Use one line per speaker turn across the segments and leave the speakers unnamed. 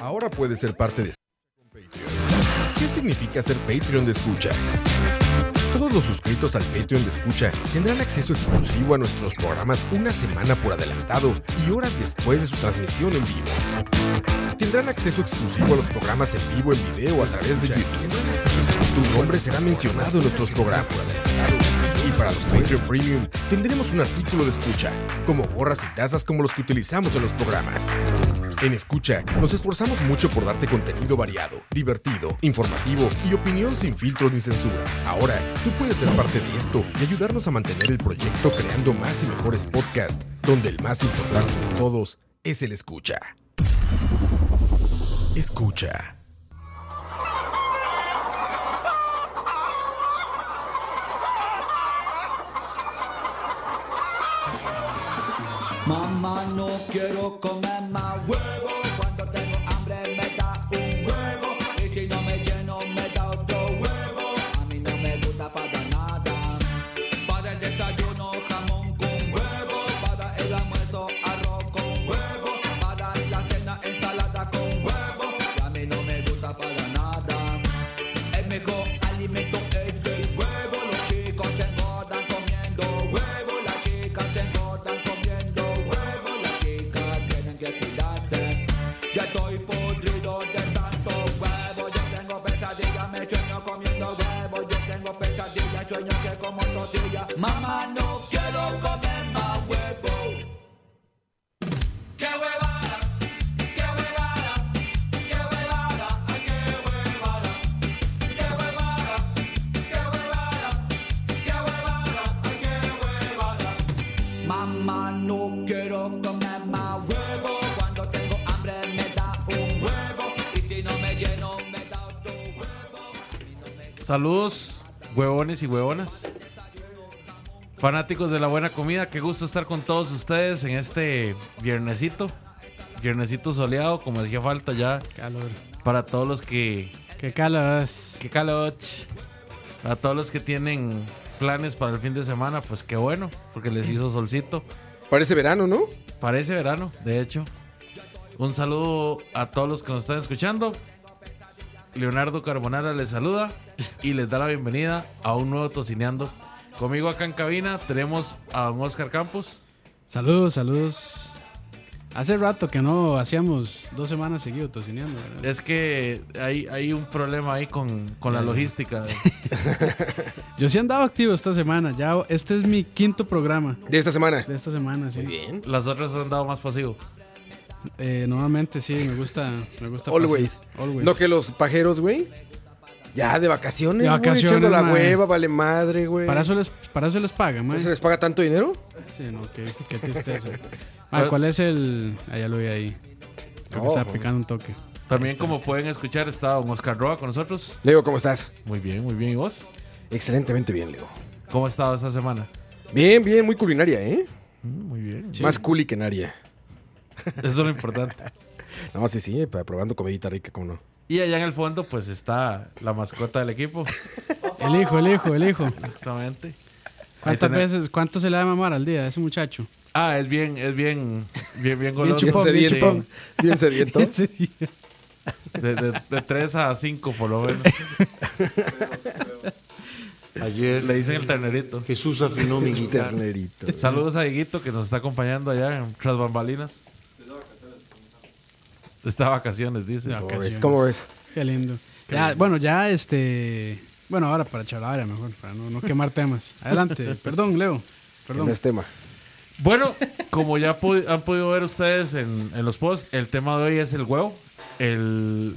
Ahora puedes ser parte de ¿Qué significa ser Patreon de escucha? Todos los suscritos al Patreon de escucha tendrán acceso exclusivo a nuestros programas una semana por adelantado y horas después de su transmisión en vivo. Tendrán acceso exclusivo a los programas en vivo en video a través de YouTube. Tu nombre será mencionado en nuestros programas. Y para los Patreon Premium tendremos un artículo de escucha, como gorras y tazas como los que utilizamos en los programas. En Escucha, nos esforzamos mucho por darte contenido variado, divertido, informativo y opinión sin filtros ni censura. Ahora, tú puedes ser parte de esto y ayudarnos a mantener el proyecto creando más y mejores podcasts, donde el más importante de todos es el Escucha. Escucha.
Mamá, no quiero comer más huevo. Cuando tengo hambre me da un huevo. Y si no me lleno me da otro huevo. A mí no me gusta para nada. Para el desayuno jamón con huevo. Para el almuerzo arroz con huevo. Para la cena ensalada con huevo. Y a mí no me gusta para nada. El mejor alimento es el huevo. Los chicos se engordan comiendo huevo. Las chicas se engordan comiendo huevo. Las chicas tienen que cuidarte. Ya estoy podrido de tanto huevo. Yo tengo pesadillas, me sueño comiendo huevo. Yo tengo pesadillas, sueño que como tortilla. Mamá, no quiero comer más huevo. ¡Qué huevada! ¡Qué huevada! ¡Qué huevada! ¡Ay, qué huevada! ¡Qué huevada! ¡Qué huevada! ¡Qué huevada! ¡Ay, qué huevada! Mamá, no quiero comer más huevo. Cuando tengo hambre me da un huevo. Y si no me lleno me da otro huevo.
Saludos, huevones y huevonas. Fanáticos de la buena comida, qué gusto estar con todos ustedes en este viernesito. Viernesito soleado, como hacía falta ya
Calor.
para todos los que...
Qué calos.
¡Qué calor! ch! Para todos los que tienen planes para el fin de semana, pues qué bueno, porque les hizo solcito.
Parece verano, ¿no?
Parece verano, de hecho. Un saludo a todos los que nos están escuchando. Leonardo Carbonara les saluda y les da la bienvenida a un nuevo Tocineando. Conmigo acá en cabina tenemos a don Oscar Campos.
Saludos, saludos. Hace rato que no hacíamos dos semanas seguido tocineando, ¿verdad?
Es que hay, hay un problema ahí con, con la logística.
Yo sí andaba activo esta semana. Ya este es mi quinto programa
De esta semana.
de esta semana, sí.
bien.
Las otras han dado más pasivo.
Eh, normalmente sí, me gusta, me gusta.
Always.
pasar. Always.
No que los pajeros, güey. Ya de vacaciones,
De
güey,
vacaciones,
echando la
mae.
hueva, vale madre, güey.
para eso les, para eso les paga,
¿No
man.
se les paga tanto dinero?
Sí, no, qué, qué tristeza. Ah, ¿cuál es el? Ah, ya lo vi ahí. Creo
Oh.
que estaba picando un toque.
También como pueden escuchar está don Oscar Roa con nosotros.
Leo, ¿cómo estás?
Muy bien, muy bien. ¿Y vos?
Excelentemente bien, Leo.
¿Cómo ha estado esta semana?
Bien, bien, muy culinaria, ¿eh?
Mm, Muy bien.
Sí.
Más culi que naria.
Eso es lo importante.
No, sí, sí, pa- probando comidita rica, ¿cómo no?
Y allá en el fondo pues está la mascota del equipo.
El hijo, el hijo, el hijo.
Exactamente.
¿Cuántas
tenemos-
veces, cuánto se le da de mamar al día a ese muchacho?
Ah, es bien, es bien, bien, bien goloso.
chupón,
Sí,
bien chupón.
Bien sediento.
Ese día.
de, de, 3 a 5 por lo menos.
Ayer
Le dicen el ternerito.
Jesús afinó mi
Un
guitarra.
ternerito.
Saludos a Dieguito que nos está acompañando allá en Tras Bambalinas. Está vacaciones, dice.
Ya,
¿Cómo ves?
Vacaciones.
¿Cómo ves?
Qué lindo. Ya, bueno, ya este. Bueno, ahora para charlar, mejor, para no, no quemar temas. Adelante. Perdón, Leo.
En
Perdón.
este tema.
Bueno, como ya pu- han podido ver ustedes en, en los posts, el tema de hoy es el huevo. El,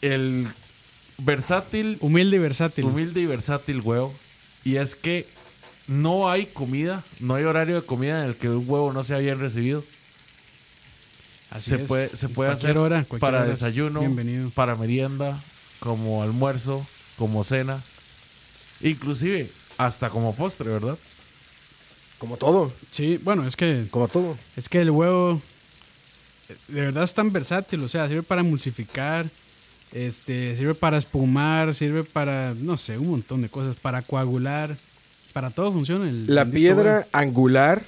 el versátil
Humilde y versátil.
Humilde y versátil, huevo. Y es que no hay comida, no hay horario de comida en el que un huevo no sea bien recibido.
Así
se
es.
puede, se puede
Cualquier
hacer
hora, cualquier
para
hora es
desayuno,
bienvenido.
para merienda, como almuerzo, como cena, inclusive hasta como postre, ¿verdad?
Como todo,
Sí, bueno, es que,
como todo.
es que el huevo. eh, De verdad es tan versátil. O sea, sirve para emulsificar. Este, sirve para espumar. Sirve para, no sé, un montón de cosas. Para coagular. Para todo funciona. el
La
bendito
piedra
huevo.
angular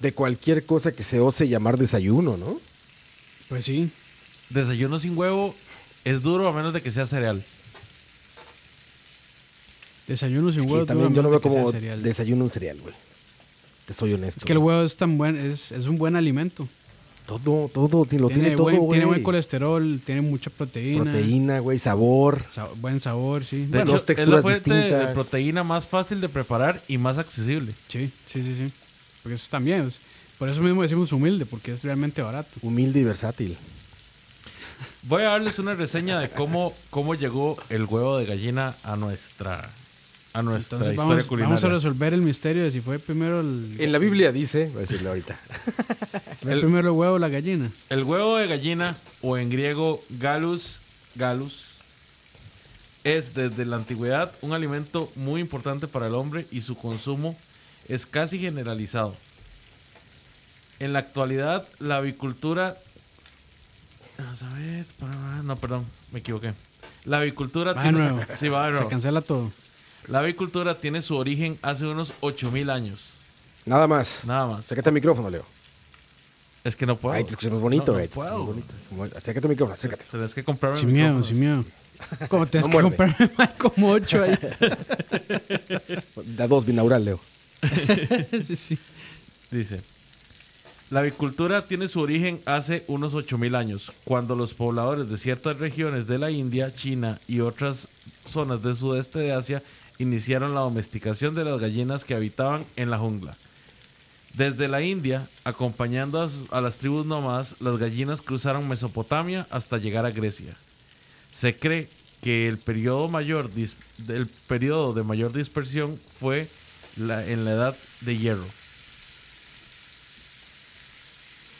de cualquier cosa que se ose llamar desayuno, ¿no?
Pues sí.
desayuno sin huevo es duro a menos de que sea cereal.
Desayuno sin
Es que
huevo.
también yo lo veo
dura
como
más de que sea cereal.
desayuno un cereal, güey. Te soy honesto.
Es que el huevo es tan buen, es, es un buen alimento.
Todo, todo, ti- lo tiene, todo,
buen,
güey.
tiene buen colesterol, tiene mucha proteína.
Proteína, güey, sabor.
sa- buen sabor, sí.
De
Bueno,
hecho,
dos
es la
texturas
fuente de
distintas.
proteína más fácil de preparar y más accesible.
sí, sí, sí, sí. Porque eso también. es- por eso mismo decimos humilde, porque es realmente barato.
Humilde y versátil.
Voy a darles una reseña de cómo, cómo llegó el huevo de gallina a nuestra, a nuestra
Entonces
historia
vamos,
culinaria.
vamos a resolver el misterio de si fue primero el,
En la Biblia dice, voy a decirle ahorita.
fue
el-
primero el huevo o la gallina.
El huevo de gallina, o en griego galus, galus, es desde la antigüedad un alimento muy importante para el hombre y su consumo es casi generalizado. En la actualidad, la avicultura. Vamos a ver. para- No, perdón, me equivoqué. La avicultura.
Va de
tiene-
nuevo.
Sí, va de
Se
nuevo.
cancela todo.
La avicultura tiene su origen hace unos 8000 años.
Nada más.
Nada más.
Acércate al micrófono, Leo.
Es que no puedo.
Ahí te escuchamos bonito,
No, no
güey. te
puedo.
escuchamos bonito. Acércate al micrófono, acércate.
Tenés que comprarme
Sin miedo,
micrófonos.
sin miedo. Como tienes
No
que
muerde.
comprarme más como ocho ahí.
Da dos binaural, Leo.
sí, sí.
Dice, la avicultura tiene su origen hace unos 8.000 años, cuando los pobladores de ciertas regiones de la India, China y otras zonas del sudeste de Asia iniciaron la domesticación de las gallinas que habitaban en la jungla. Desde la India, acompañando a, sus- a las tribus nómadas, las gallinas cruzaron Mesopotamia hasta llegar a Grecia. Se cree que el periodo, mayor dis- el periodo de mayor dispersión fue la- en la edad de hierro.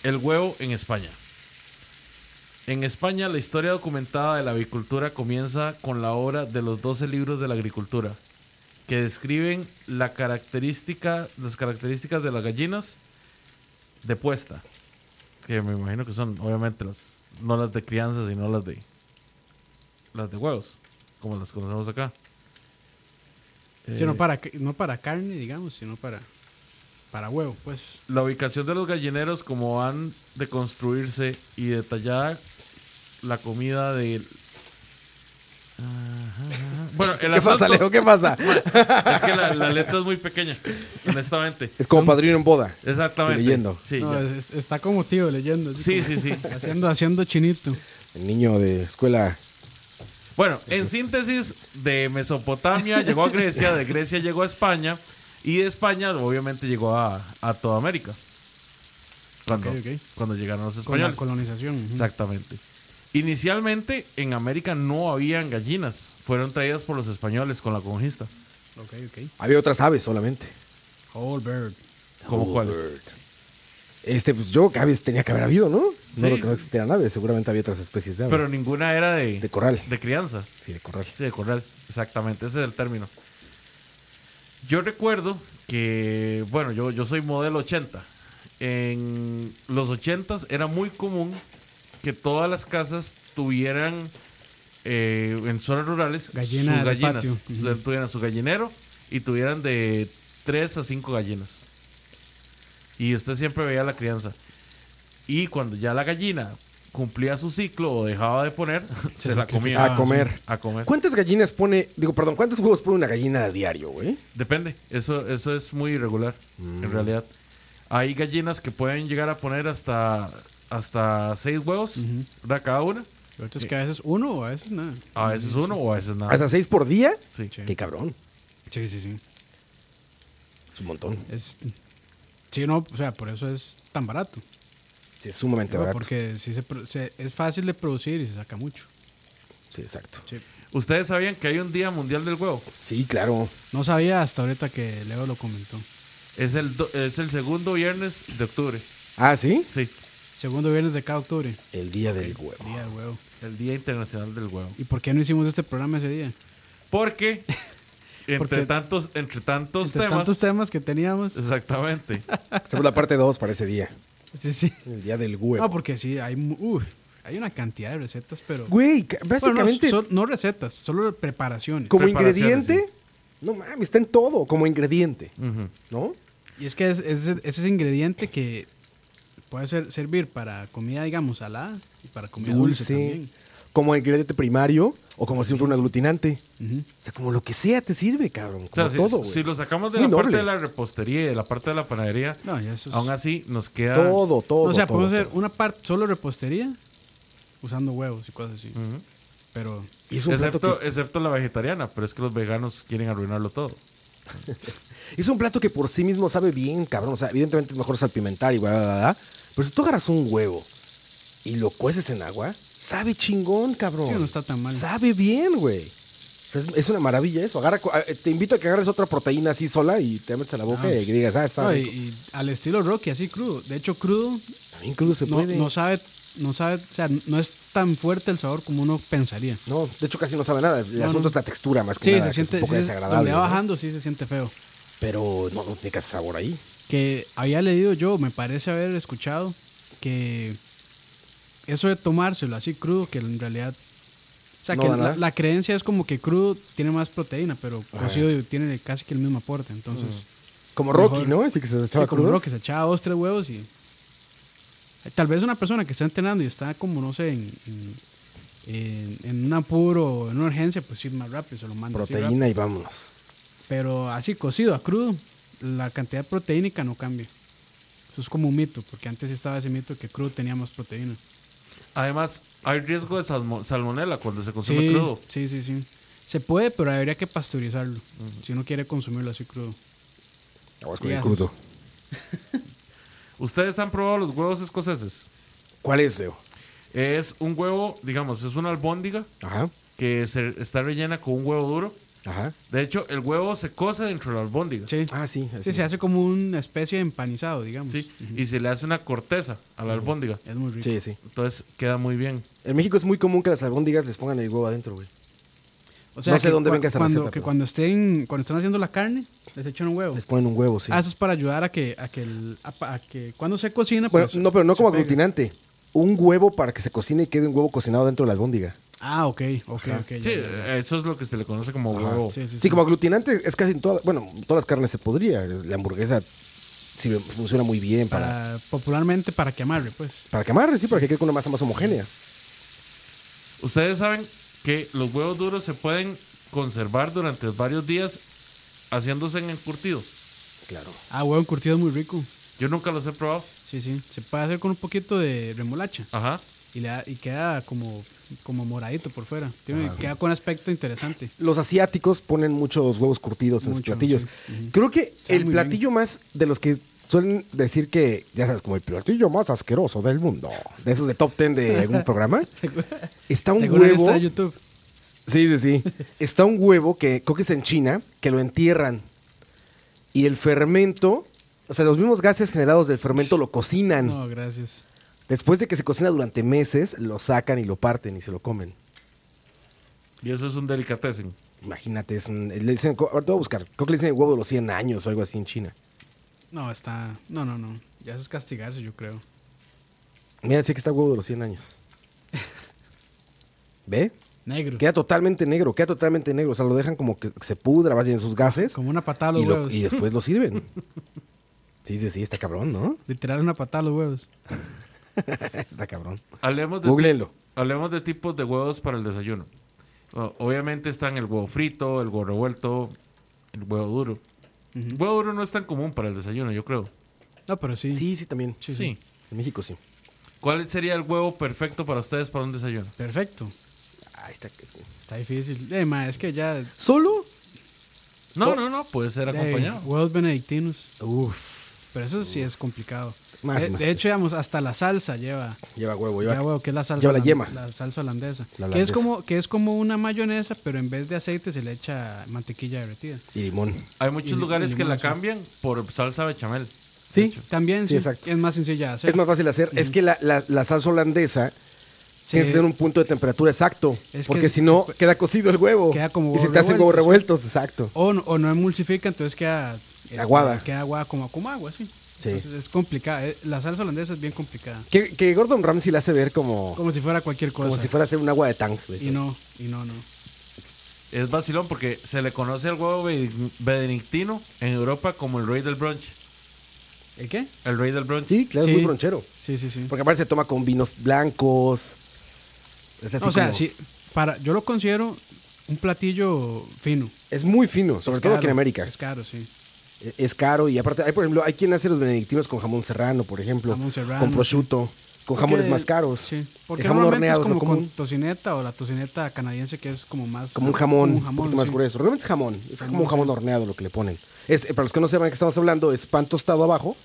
El huevo en España. En España, la historia documentada de la avicultura comienza con la obra de los 12 libros de la agricultura, que describen la característica, las características de las gallinas de puesta, que me imagino que son obviamente las, no las de crianza, sino las de, las de huevos, como las conocemos acá.
Sí, no,
Eh,
para, ca- no para carne, digamos, sino para, para huevo, pues.
La ubicación de los gallineros, como han de construirse y detallada la comida de. Ajá, ajá. Bueno, el
¿Qué pasa,
asunto
Leo? ¿Qué pasa?
es que la, la letra es muy pequeña, honestamente.
Es como padrino en boda.
Exactamente.
Estoy leyendo.
Sí,
No,
ya.
es- está como tío leyendo.
sí,
así como-
sí, sí.
Haciendo, haciendo chinito.
El niño de escuela.
Bueno, en síntesis, de Mesopotamia llegó a Grecia, de Grecia llegó a España, y de España, obviamente, llegó a, a toda América. Cuando,
Ok, ok.
cuando llegaron los
Con la
españoles.
colonización. ujú.
Exactamente. Inicialmente en América no habían gallinas, fueron traídas por los españoles con la conquista.
Ok, ok.
Había otras aves solamente.
Whole bird.
¿Cómo
Oh,
cuáles?
bird. Este, pues yo que aves tenía que haber habido, ¿no? No
Sí.
lo que no existieran aves, seguramente había otras especies de aves.
Pero ninguna era de,
de corral.
de crianza.
Sí, de corral.
Sí, de corral, exactamente, ese es el término. Yo recuerdo que, bueno, yo, yo soy modelo 80. En los 80 era muy común que todas las casas tuvieran eh, en zonas rurales
Gallina
sus
de
gallinas.
patio.
O sea, tuvieran su gallinero y tuvieran de 3 a 5 gallinas. Y usted siempre veía la crianza. Y cuando ya la gallina cumplía su ciclo o dejaba de poner, se, la comía.
A comer.
A comer.
¿Cuántas gallinas pone, digo, perdón, cuántos huevos pone una gallina a diario, güey?
Depende, eso, eso es muy irregular, en realidad. Hay gallinas que pueden llegar a poner hasta, hasta seis huevos, ¿verdad? Cada una.
Lo otro es que a veces uno o a veces nada.
A veces uno o a veces nada.
¿Hasta seis por día?
Ah. Sí.
Qué cabrón.
Sí, sí, sí.
Es un montón.
Es, sí, no, o sea, por eso es tan barato.
Sí, es sumamente
¿no?
barato.
Porque sí se, pro- se- es fácil de producir y se saca mucho.
Sí, exacto.
Sí.
¿Ustedes sabían que hay un Día Mundial del Huevo?
Sí, claro.
No sabía hasta ahorita que Leo lo comentó.
Es el, do- es el segundo viernes de octubre.
Ah, ¿sí?
Sí,
Segundo viernes de cada octubre.
El día del huevo.
Día del huevo.
el Día Internacional del Huevo.
¿Y por qué no hicimos este programa ese día?
Porque, entre,
Porque-
tantos, entre tantos
Entre
temas...
tantos temas que teníamos.
Exactamente.
Hacemos la parte 2 para ese día.
Sí, sí.
El día del
No,
pues,
huevo.
porque sí, hay, mu- uy, hay una cantidad de recetas, pero...
Güey, ca-
Bueno, no,
básicamente,
sol- no recetas, solo preparaciones.
como
preparaciones,
ingrediente, no mames, está en todo, como ingrediente. ¿No?
Y es que es, es, es ese ingrediente que puede ser, servir para comida, digamos, salada y para comida dulce.
dulce,
también.
como ingrediente primario o como siempre un aglutinante. O sea, como lo que sea te sirve, cabrón.
O sea,
Como
si,
todo,
si
güey.
lo sacamos de
Muy
la parte
noble.
de la repostería y de la parte de la panadería,
No, ya eso es-
aún así nos queda.
Todo, todo.
o sea,
todo,
podemos hacer
todo.
una parte solo repostería usando huevos y cosas así. Pero
Y es un plato
Excepto,
que-
excepto la vegetariana, pero es que los veganos quieren arruinarlo todo.
Es un plato que por sí mismo sabe bien, cabrón. O sea, evidentemente es mejor salpimentar y bla, bla, bla, bla. Pero si tú agarras un huevo y lo cueces en agua, sabe chingón, cabrón.
Sí, no está tan mal.
Sabe bien, güey. O sea, es, es una maravilla eso. Agarra, cu- a- eh, te invito a que agarres otra proteína así sola y te metes a la boca
Ah,
y que digas, ah,
No, y,
sabe.
y al estilo Rocky, así crudo. De hecho, crudo
Incluso se
no,
puede.
no sabe, no sabe, o sea, no es tan fuerte el sabor como uno pensaría.
No, de hecho casi no sabe nada. El
No,
asunto
no.
es la textura más que
Sí,
nada,
se
que es
siente,
un poco
sí,
desagradable.
donde va
¿no?
bajando sí se siente feo.
Pero no, no tiene casi sabor ahí.
Que había leído yo, me parece haber escuchado, que eso de tomárselo así crudo, que en realidad... O sea,
No
que
da
la,
nada.
la creencia es como que crudo tiene más proteína, pero cocido tiene casi que el mismo aporte. Entonces,
Mm. Como Rocky,
Mejor.
¿no? Ese que se
sí,
echaba
como
crudos.
uno que se echaba dos, tres huevos y... Tal vez una persona que está entrenando y está como, no sé, en, en, en- en un apuro o en una urgencia, pues sí, más rápido, se lo manda. así rápido.
Proteína y vámonos.
Pero así cocido, a crudo, la cantidad proteínica no cambia. Eso es como un mito, porque antes estaba ese mito que crudo tenía más proteína.
Además, hay riesgo de salmo- salmonela cuando se consume
sí,
crudo.
sí, sí, sí. Se puede, pero habría que pasteurizarlo. Si uno quiere consumirlo así crudo.
Aguas con
Y
el
haces.
crudo.
¿Ustedes han probado los huevos escoceses?
¿Cuál es, Leo?
Es un huevo, digamos, es una albóndiga
Ajá,
que se, está rellena con un huevo duro.
ajá.
De hecho, el huevo se cose dentro de la albóndiga.
Sí.
Ah, sí.
Sí,
así.
se hace como una especie de empanizado, digamos.
¿sí? Y se le hace una corteza a la albóndiga.
Es muy rico.
Sí, sí.
Entonces queda muy bien.
En México es muy común que las albóndigas les pongan el huevo adentro, güey.
O
No sé
que
dónde
cua-
venga esa
cuando,
receta,
que
pero-
cuando estén cuando están haciendo la carne, les echan un huevo.
Les ponen un huevo, sí.
Ah, eso es para ayudar a que, a que, el- a, pa- a que cuando se cocina,
bueno,
pues,
no, pero no
se
como
pegue.
aglutinante. Un huevo para que se cocine y quede un huevo cocinado dentro de la albóndiga.
Ah, ok, ok, ok. ya,
Sí,
ya, ya.
eso es lo que se le conoce como huevo.
Sí, sí,
Sí,
sí.
como aglutinante es casi en todas, bueno, en todas las carnes se podría. La hamburguesa sirve- funciona muy bien para, para,
para popularmente para que amarre, pues.
que amarre, sí, para que quede con una masa más homogénea.
Ustedes saben que los huevos duros se pueden conservar durante varios días haciéndose en encurtido.
Claro.
Ah, huevo encurtido es muy rico.
Yo nunca los he probado.
Sí, sí. Se puede hacer con un poquito de remolacha
Ajá.
y le da- y queda como como moradito por fuera. Tiene, queda con aspecto interesante.
Los asiáticos ponen muchos huevos curtidos en sus
Mucho,
platillos.
sí. Ujú.
Creo que el
muy
platillo más de los que suelen decir que, ya sabes, como el platillo más asqueroso del mundo, de esos de top 10 de algún programa, está un
Tengo una
huevo.
lista de YouTube.
Sí, sí, sí. Está un huevo que creo que es en China, que lo entierran. Y el fermento, o sea, los mismos gases generados del fermento lo cocinan.
No, gracias.
Después de que se cocina durante meses, lo sacan y lo parten y se lo comen.
Y eso es un delicatessen.
Imagínate, es un. Le dicen, ahorita voy a buscar. Creo que le dicen el huevo de los 100 años o algo así en China.
No, está No, no, no. Ya eso es castigarse, yo creo.
Mira, sí que está huevo de los 100 años. ¿Ve?
Negro.
Queda totalmente negro, queda totalmente negro. O sea, lo dejan como que se pudra, va en sus gases.
Como una patada a los
y, lo-
huevos.
y después lo sirven. Sí, sí, sí, está cabrón, ¿no?
Literal una patada a los huevos.
Está cabrón.
Hablemos de,
Googleenlo.
hablemos de tipos de huevos para el desayuno. O- Obviamente están el huevo frito, el huevo revuelto, el huevo duro. El huevo duro no es tan común para el desayuno, yo creo.
No, pero sí.
Sí, sí, también.
Sí.
En México sí.
¿Cuál sería el huevo perfecto para ustedes para un desayuno?
Perfecto.
Ahí está. es que-
Está difícil. Eh, ma, es que ya
¿Solo?
No,
So-
no, no, puede ser
de
acompañado.
eh, huevos benedictinos.
Uf.
Pero eso sí es complicado.
Más,
de,
más,
de
sí.
hecho, digamos, hasta la salsa lleva.
Lleva huevo, lleva.
Ya, huevo, que es la salsa.
lleva la
holan-
yema.
La salsa holandesa.
La
Que, es
holandesa.
como, que es como una mayonesa, pero en vez de aceite se le echa mantequilla derretida.
Y limón.
Hay muchos
Y- y
lugares que
limón,
la
sí.
cambian por salsa bechamel.
Sí, también
Sí,
sí,
exacto.
es más sencilla de hacer.
Es más fácil hacer. Es que la, la- la salsa holandesa
Sí,
tiene que tener un punto de temperatura exacto.
Es que
porque si
se
no,
puede-
queda cocido el huevo.
Queda como
Y se
huevos
te hacen huevos
revueltos.
revueltos, exacto.
o, no- o no emulsifica, entonces queda. este,
Aguada.
Queda aguada como, como agua, sí.
Sí.
Entonces es complicada. eh, La salsa holandesa es bien complicada.
Que, que Gordon Ramsay la hace ver como, como,
Como si fuera cualquier cosa.
si fuera a hacer un agua de tanque.
Y no, y no, no.
Es vacilón porque se le conoce al huevo bedi- benedictino en Europa como el rey del brunch.
¿El qué?
El rey del brunch.
Sí, claro,
Sí.
es muy bronchero.
Sí, sí, sí.
Porque aparte se toma con vinos blancos, Es así
o sea,
como-
sí, para, yo lo considero un platillo fino.
Es muy fino, sobre
Es
todo aquí en
caro,
América.
Es caro, sí.
Es- Es caro y aparte, hay, por ejemplo, hay quien hace los benedictinos con jamón serrano, por ejemplo.
Jamón serrano,
con prosciutto, con jamones
Porque-
más caros.
Sí, porque
el jamón
normalmente
horneado
es
es
como
lo común.
con tocineta o la tocineta canadiense que es como más...
Como un jamón,
como
un poquito más
sí.
grueso. Realmente es jamón. Es como un jamón horneado lo que le ponen. Es, eh, para los que no sepan que estamos hablando, es pan tostado abajo,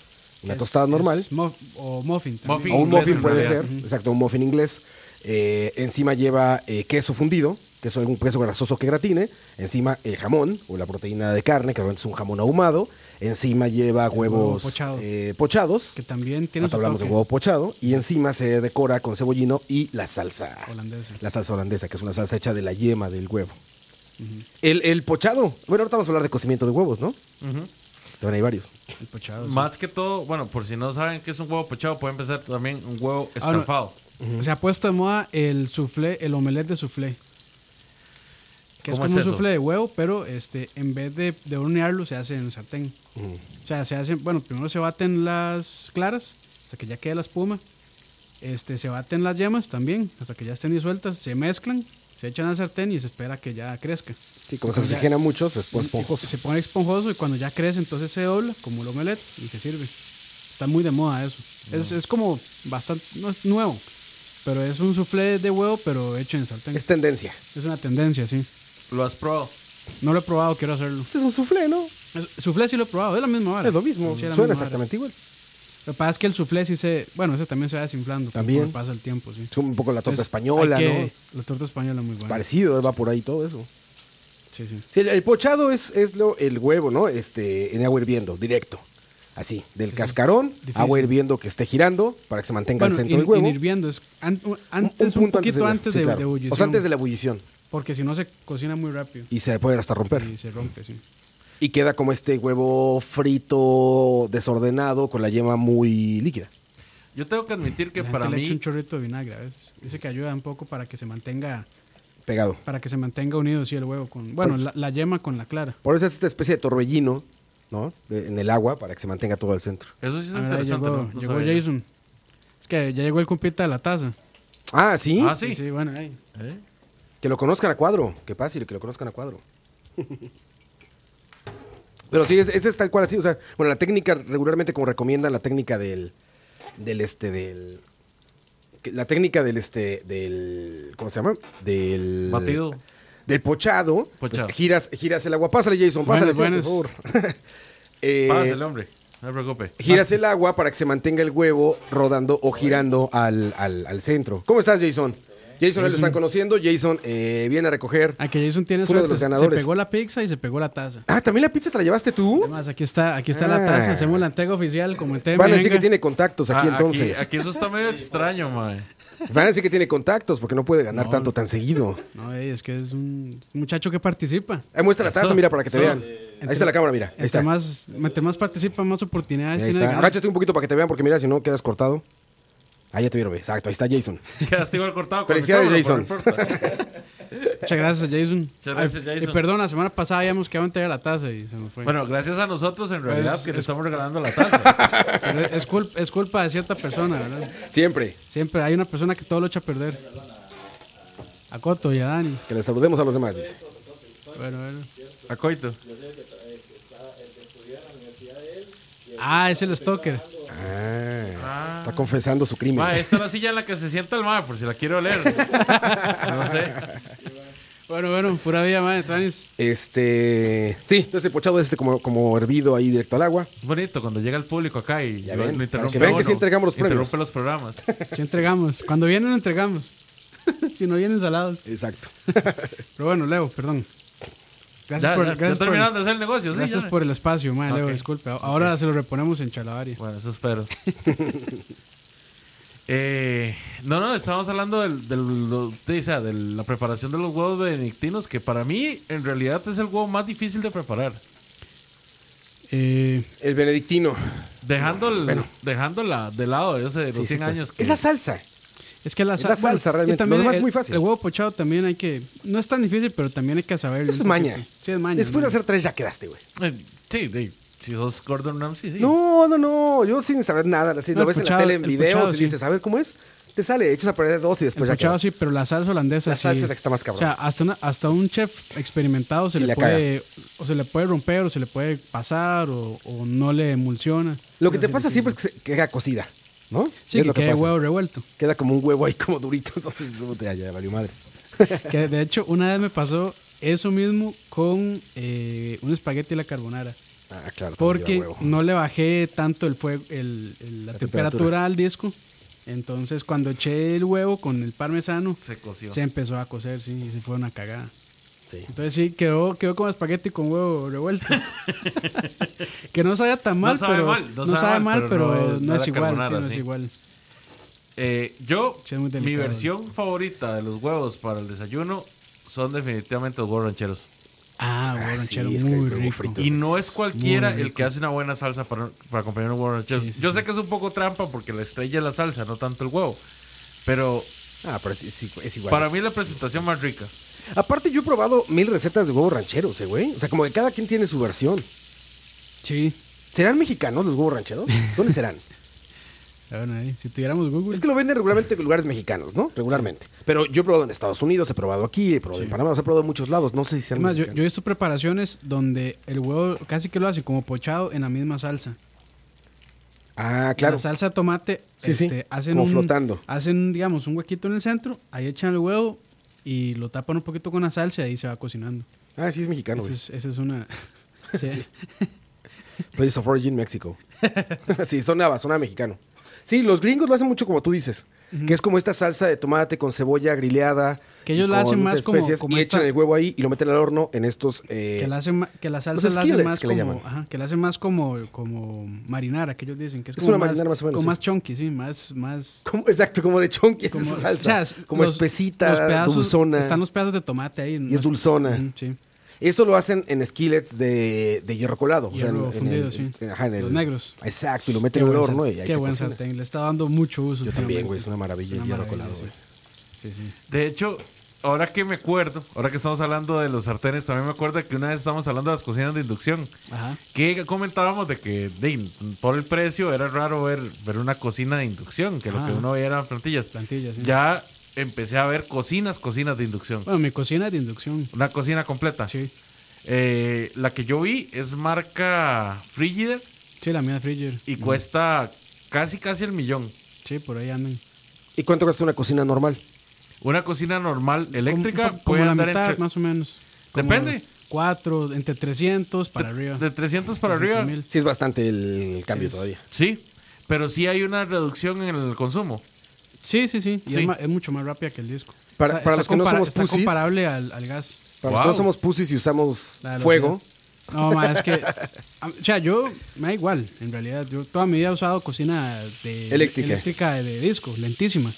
una
Es-
tostada normal.
es muff- o muffin también.
Muffin.
o un
inglés,
muffin
en
puede ser.
realidad.
Exacto, un muffin inglés. Eh, encima lleva eh, queso fundido, que es un queso grasoso que gratine. Encima eh, jamón o la proteína de carne, que realmente es un jamón ahumado. Encima lleva huevos
pochado.
eh, pochados.
Que también tiene
Ahorita
su
hablamos de
toque
huevo pochado. Y encima se decora con cebollino y la salsa.
holandesa.
La salsa holandesa, que es una salsa hecha de la yema del huevo. el, el pochado. Bueno, ahorita vamos a hablar de cocimiento de huevos, ¿no? También hay varios.
El pochado, sí.
Más que todo, bueno, por si no saben qué es un huevo pochado, pueden pensar también un huevo
Ahora-
escalfado.
Se ha puesto de moda el soufflé, el omelette de soufflé. Que es
¿Cómo
como
es
un
eso?
soufflé de huevo, pero este, en vez de, de hornearlo, se hace en el sartén. O sea, se hacen, bueno, primero se baten las claras hasta que ya quede la espuma. Este, se baten las yemas también hasta que ya estén disueltas. Se mezclan, se echan al sartén y se espera que ya crezca.
Sí, como se
Pues
oxigena mucho, se pone esponjoso.
Se pone esponjoso y cuando ya crece, entonces se dobla como el omelette y se sirve. Está muy de moda eso. Es, es como bastante, no es nuevo, pero es un soufflé de huevo, pero hecho en sartén.
Es
Es,
tendencia.
una tendencia, sí.
Lo has probado.
No lo he probado, quiero hacerlo.
Este es un soufflé, ¿no?
Es- Soufflé sí lo he probado, es la misma vara.
Es lo mismo.
Sí, es
Suena
la misma vara.
exactamente igual.
Lo que pasa es que el soufflé sí se. Bueno, ese también se va desinflando.
También.
También. pasa el tiempo, sí.
Es como un poco la torta
Entonces,
española,
hay
¿no?
que- La torta española muy buena.
Parecido, va por ahí todo eso.
Sí, sí.
Sí, el, el pochado es, es lo, el huevo, ¿no? Este, en agua hirviendo, directo. Así, del
Eso es
cascarón,
difícil.
agua hirviendo que esté girando para que se mantenga
Bueno,
el centro
in-
del huevo.
in hirviendo. Es an- un-
Un- un
antes, un,
punto
poquito antes
sí,
de,
claro.
de
O sea,
ebullición,
antes de la ebullición.
Porque si no se cocina muy rápido.
Y se pueden hasta romper.
Y se rompe, sí.
Y queda como este huevo frito, desordenado, con la yema muy líquida.
Yo tengo que admitir que
La
para
gente le
mí,
echa un chorrito de vinagre a veces. Dice que ayuda un poco para que se mantenga,
Pegado.
para que se mantenga unido sí el huevo con, bueno,
Pues
la, la yema con la clara.
Por eso es esta especie de torbellino, ¿no? De- en el agua para que se mantenga todo el centro.
eso sí es
Ah, mira,
interesante,
llegó,
¿no? No
llegó
sabía yo.
Jason. Es que ya llegó el compita de la taza.
Ah, ¿sí?
Ah, sí.
sí bueno, ahí.
¿Eh?
Que lo conozcan a cuadro. Qué fácil, que lo conozcan a cuadro. Pero sí, es- ese es tal cual así. O sea, bueno, la técnica regularmente como recomienda la técnica del. Del este, del. que- La técnica del este. del. ¿Cómo se llama? Del.
Batido.
Del pochado. pues,
Pochado.
giras, giras el agua. Pásale, Jason, pásale,
Buenas,
sí, por
buenas.
favor. Eh,
Pásale, hombre. No te preocupes.
Pues
Giras el agua para que se mantenga el huevo rodando o girando al, al- al centro. ¿Cómo estás, Jason? Jason, ahí lo están conociendo. Jason eh, viene a recoger.
Ah, que Jason tiene
Fue uno de
suerte.
los
Se
ganadores.
pegó la pizza y se pegó la taza.
Ah, ¿también la pizza te la llevaste tú?
Además, aquí está, aquí está
Ah.
la taza. Hacemos la entrega oficial como en té de
Van a decir
merengue.
que tiene contactos
Ah,
aquí entonces.
Aquí, eso está medio extraño, mae.
Van a decir que tiene contactos porque no puede ganar tanto tan seguido.
No, ey, es que es un muchacho que participa.
Ahí muestra la
Eso,
taza, mira, para que te
eso.
vean. Ahí está la cámara, mira. Ahí
Entre
está.
más, entre más participa, más oportunidades
Ahí
tiene de
está.
ganar.
Agáchate un poquito para que te vean porque mira, si no quedas cortado. Ahí ya te vieron, exacto. Ahí está Jason.
Quedaste igual cortado. con el
Felicidades,
micrófono, pero no importa.
Muchas gracias, Jason.
Muchas gracias,
Ay,
Jason.
Y perdón, la semana pasada habíamos quedado en traer la taza y se nos fue.
Bueno, gracias a nosotros, en realidad,
Pues,
que te
es-
estamos regalando la taza.
Pero es, es culp- es culpa de cierta persona, ¿verdad?
Siempre.
Siempre hay una persona que todo lo echa a perder. A Coto y a Dani.
Que le saludemos a los demás, dice.
Bueno, bueno.
A Coito.
Ah, es el stalker.
Ah, Está confesando su crimen.
Mae, esta Ah, es la silla en la que se sienta el mae, por si la quiero leer. No sé.
Bueno, bueno, pura vida, madre. Dani.
Este. Sí, entonces el pochado es este como, como hervido ahí directo al agua.
Bonito cuando llega el público acá y
Ya
lo,
ven,
lo
para
interrumpe.
que vean que
uno,
sí entregamos los premios.
Interrumpe los programas.
Si entregamos. Cuando vienen, entregamos. si no vienen, salados.
Exacto.
Pero bueno, Leo, perdón. Gracias
Ya,
por.
ya- ya
gracias por-
terminaron de hacer el negocio, sí.
Gracias
ya.
por el espacio, madre, Leo,
Ok.
disculpe. Ahora se lo reponemos en Chalabaria.
Bueno, eso espero. Eh, no, no, estábamos hablando del, del- lo- de, o sea, de la preparación de los huevos benedictinos, que para mí, en realidad, es el huevo más difícil de preparar.
Eh,
El benedictino.
Dejando, el,
Bueno.
dejando la, de lado ese de los
Sí, sí,
100
pues.
años.
Es la salsa.
es que la,
la salsa, realmente.
y
Lo
también
demás es
el-
muy fácil.
El huevo pochado también hay que. No es tan difícil, pero también hay que saber.
Eso Pues es maña.
Sí, es maña.
Después de
es maña.
hacer tres ya quedaste, güey.
Eh, sí, de- si sos Gordon Ramsay, sí.
No, no, no. Yo sin saber nada. así,
No,
lo
el
ves en la
puchado-
tele en
el
videos
puchado,
y
sí.
dices, a ver cómo es. Te sale, echas a perder dos y después pues ya.
Empuchado
quedó.
sí, pero la salsa holandesa
La
sí.
salsa es la que está más
O sea,
cabrón.
hasta, una- hasta un chef experimentado se
Sí,
le
la
puede o se le puede romper o se le puede pasar o, o no le emulsiona.
Lo que
Es
te
así
pasa siempre es
difícil.
que se- queda cocida, ¿no?
Sí,
Es
que
lo
quede
pasa.
huevo revuelto.
Queda como un huevo ahí como durito, entonces puta, ya, ya valió madres.
Que de hecho, una vez me pasó eso mismo con eh, un espagueti y la carbonara.
Ah, claro. también
Porque
lleva huevo.
no le bajé tanto el fuego, el- el- la,
La temperatura.
temperatura. al disco. Entonces, cuando eché el huevo con el parmesano,
Se coció.
se em- empezó a cocer, sí, y se fue una cagada.
Sí.
Entonces, sí, quedó, quedó como espagueti con huevo revuelto. que no sabía tan mal,
No sabe
pero.
mal,
no sabe mal, pero, no,
es la
es igual.
carbonara,
sí, no es
sí.
igual.
Eh, yo,
Sí, es muy
mi
delicado.
versión favorita de los huevos para el desayuno son definitivamente los huevos rancheros.
Ah, huevo
sí,
ranchero,
es que
muy
el huevo
rico.
frito
Y no es cualquiera el que hace una buena salsa para, para acompañar un huevo ranchero.
Sí, sí,
Yo sé
sí.
que es un poco trampa porque la estrella es la salsa, no tanto el huevo. Pero
Ah, pero es, es- es igual.
para mí la presentación más rica.
Aparte, yo he probado mil recetas de huevos rancheros, eh, güey. O sea, como que cada quien tiene su versión.
Sí.
¿Serán mexicanos los huevos rancheros? ¿Dónde serán?
Bueno, ahí, si tuviéramos Google.
es que lo venden regularmente en lugares mexicanos, ¿no? Regularmente. Pero yo he probado en Estados Unidos, he probado aquí, he probado en Panamá, los he probado en muchos lados. No sé si sean
Además, yo,
mexicanos.
yo he visto preparaciones donde el huevo casi que lo hacen como pochado en la misma salsa.
Ah, claro.
La salsa de tomate,
Sí, sí,
este, hacen
como
un,
flotando.
Hacen, digamos, un huequito en el centro, ahí echan el huevo y lo tapan un poquito con la salsa y ahí se va cocinando.
Ah, sí, es mexicano,
Esa
güey.
es, esa es una... sí.
Place of Origin, México. sí, sonaba, sonaba mexicano. Sí, los gringos lo hacen mucho como tú dices. Que es como esta salsa de tomate con cebolla grileada.
Que ellos
y
la hacen
con
más
muchas
como-
especias,
como
y
esta-
echan el huevo ahí y lo meten al horno en estos... eh,
Que la, hacen, ma- que la salsa
los
la hacen
skillets
más
que le
como,
llaman.
ajá, que la hacen más como, como marinara, que ellos dicen que es,
Es
como
una marinara más o menos,
como
sí.
más chunky, sí, más, más
como- exacto, como de chonky es
como,
esa
o sea,
salsa.
es-
como
los-
espesita,
los pedazos-
dulzona.
Están los pedazos de tomate ahí. no
es dulzona.
Ujú, sí.
Eso lo hacen en skillets de, de hierro colado.
Hierro
en- en
fundido,
el-
sí.
en- ajá, en
Los
el-
negros.
Exacto, y lo
Qué
meten en el
buen
horno
sar-
y ahí
Qué
se
buen
cocina.
sartén. Le está dando mucho uso.
Yo también, güey, es una maravilla el
Una
hierro
maravilla,
colado,
sí.
güey.
Sí, sí.
De hecho, ahora que me acuerdo, ahora que estamos hablando de los sartenes, también me acuerdo que una vez estábamos hablando de las cocinas de inducción.
Ajá.
Que comentábamos de que de, por el precio era raro ver, ver una cocina de inducción, que lo
Ah.
que uno veía eran plantillas.
Plantillas, sí.
Ya empecé a ver cocinas, cocinas de inducción.
Bueno, mi cocina es de inducción.
Una cocina completa.
Sí.
Eh, la que yo vi es marca Frigider
Sí, la mía es Frigier.
y cuesta casi, casi el millón.
Sí, por ahí andan.
¿Y cuánto cuesta una cocina normal?
Una cocina normal eléctrica
Como,
puede
como la
andar
mitad,
entre-
más o menos. Como
Depende.
Cuatro, entre 300 para arriba.
de 300 para
300
arriba.
mil.
Sí, es bastante el cambio todavía.
Sí, pero sí hay una reducción en el consumo.
Sí, sí, sí. Y
Sí.
Es, ma- es mucho más rápida que el disco.
Para- para los que no
compara-
somos
Está
pussies.
comparable al, al gas.
Para
Wow.
los que no somos pussies y usamos
La velocidad.
fuego,
No, ma, es que. a- O sea, yo me da igual, en realidad. Yo toda mi vida he usado cocina de,
Eléctrica.
eléctrica de, de disco, lentísima.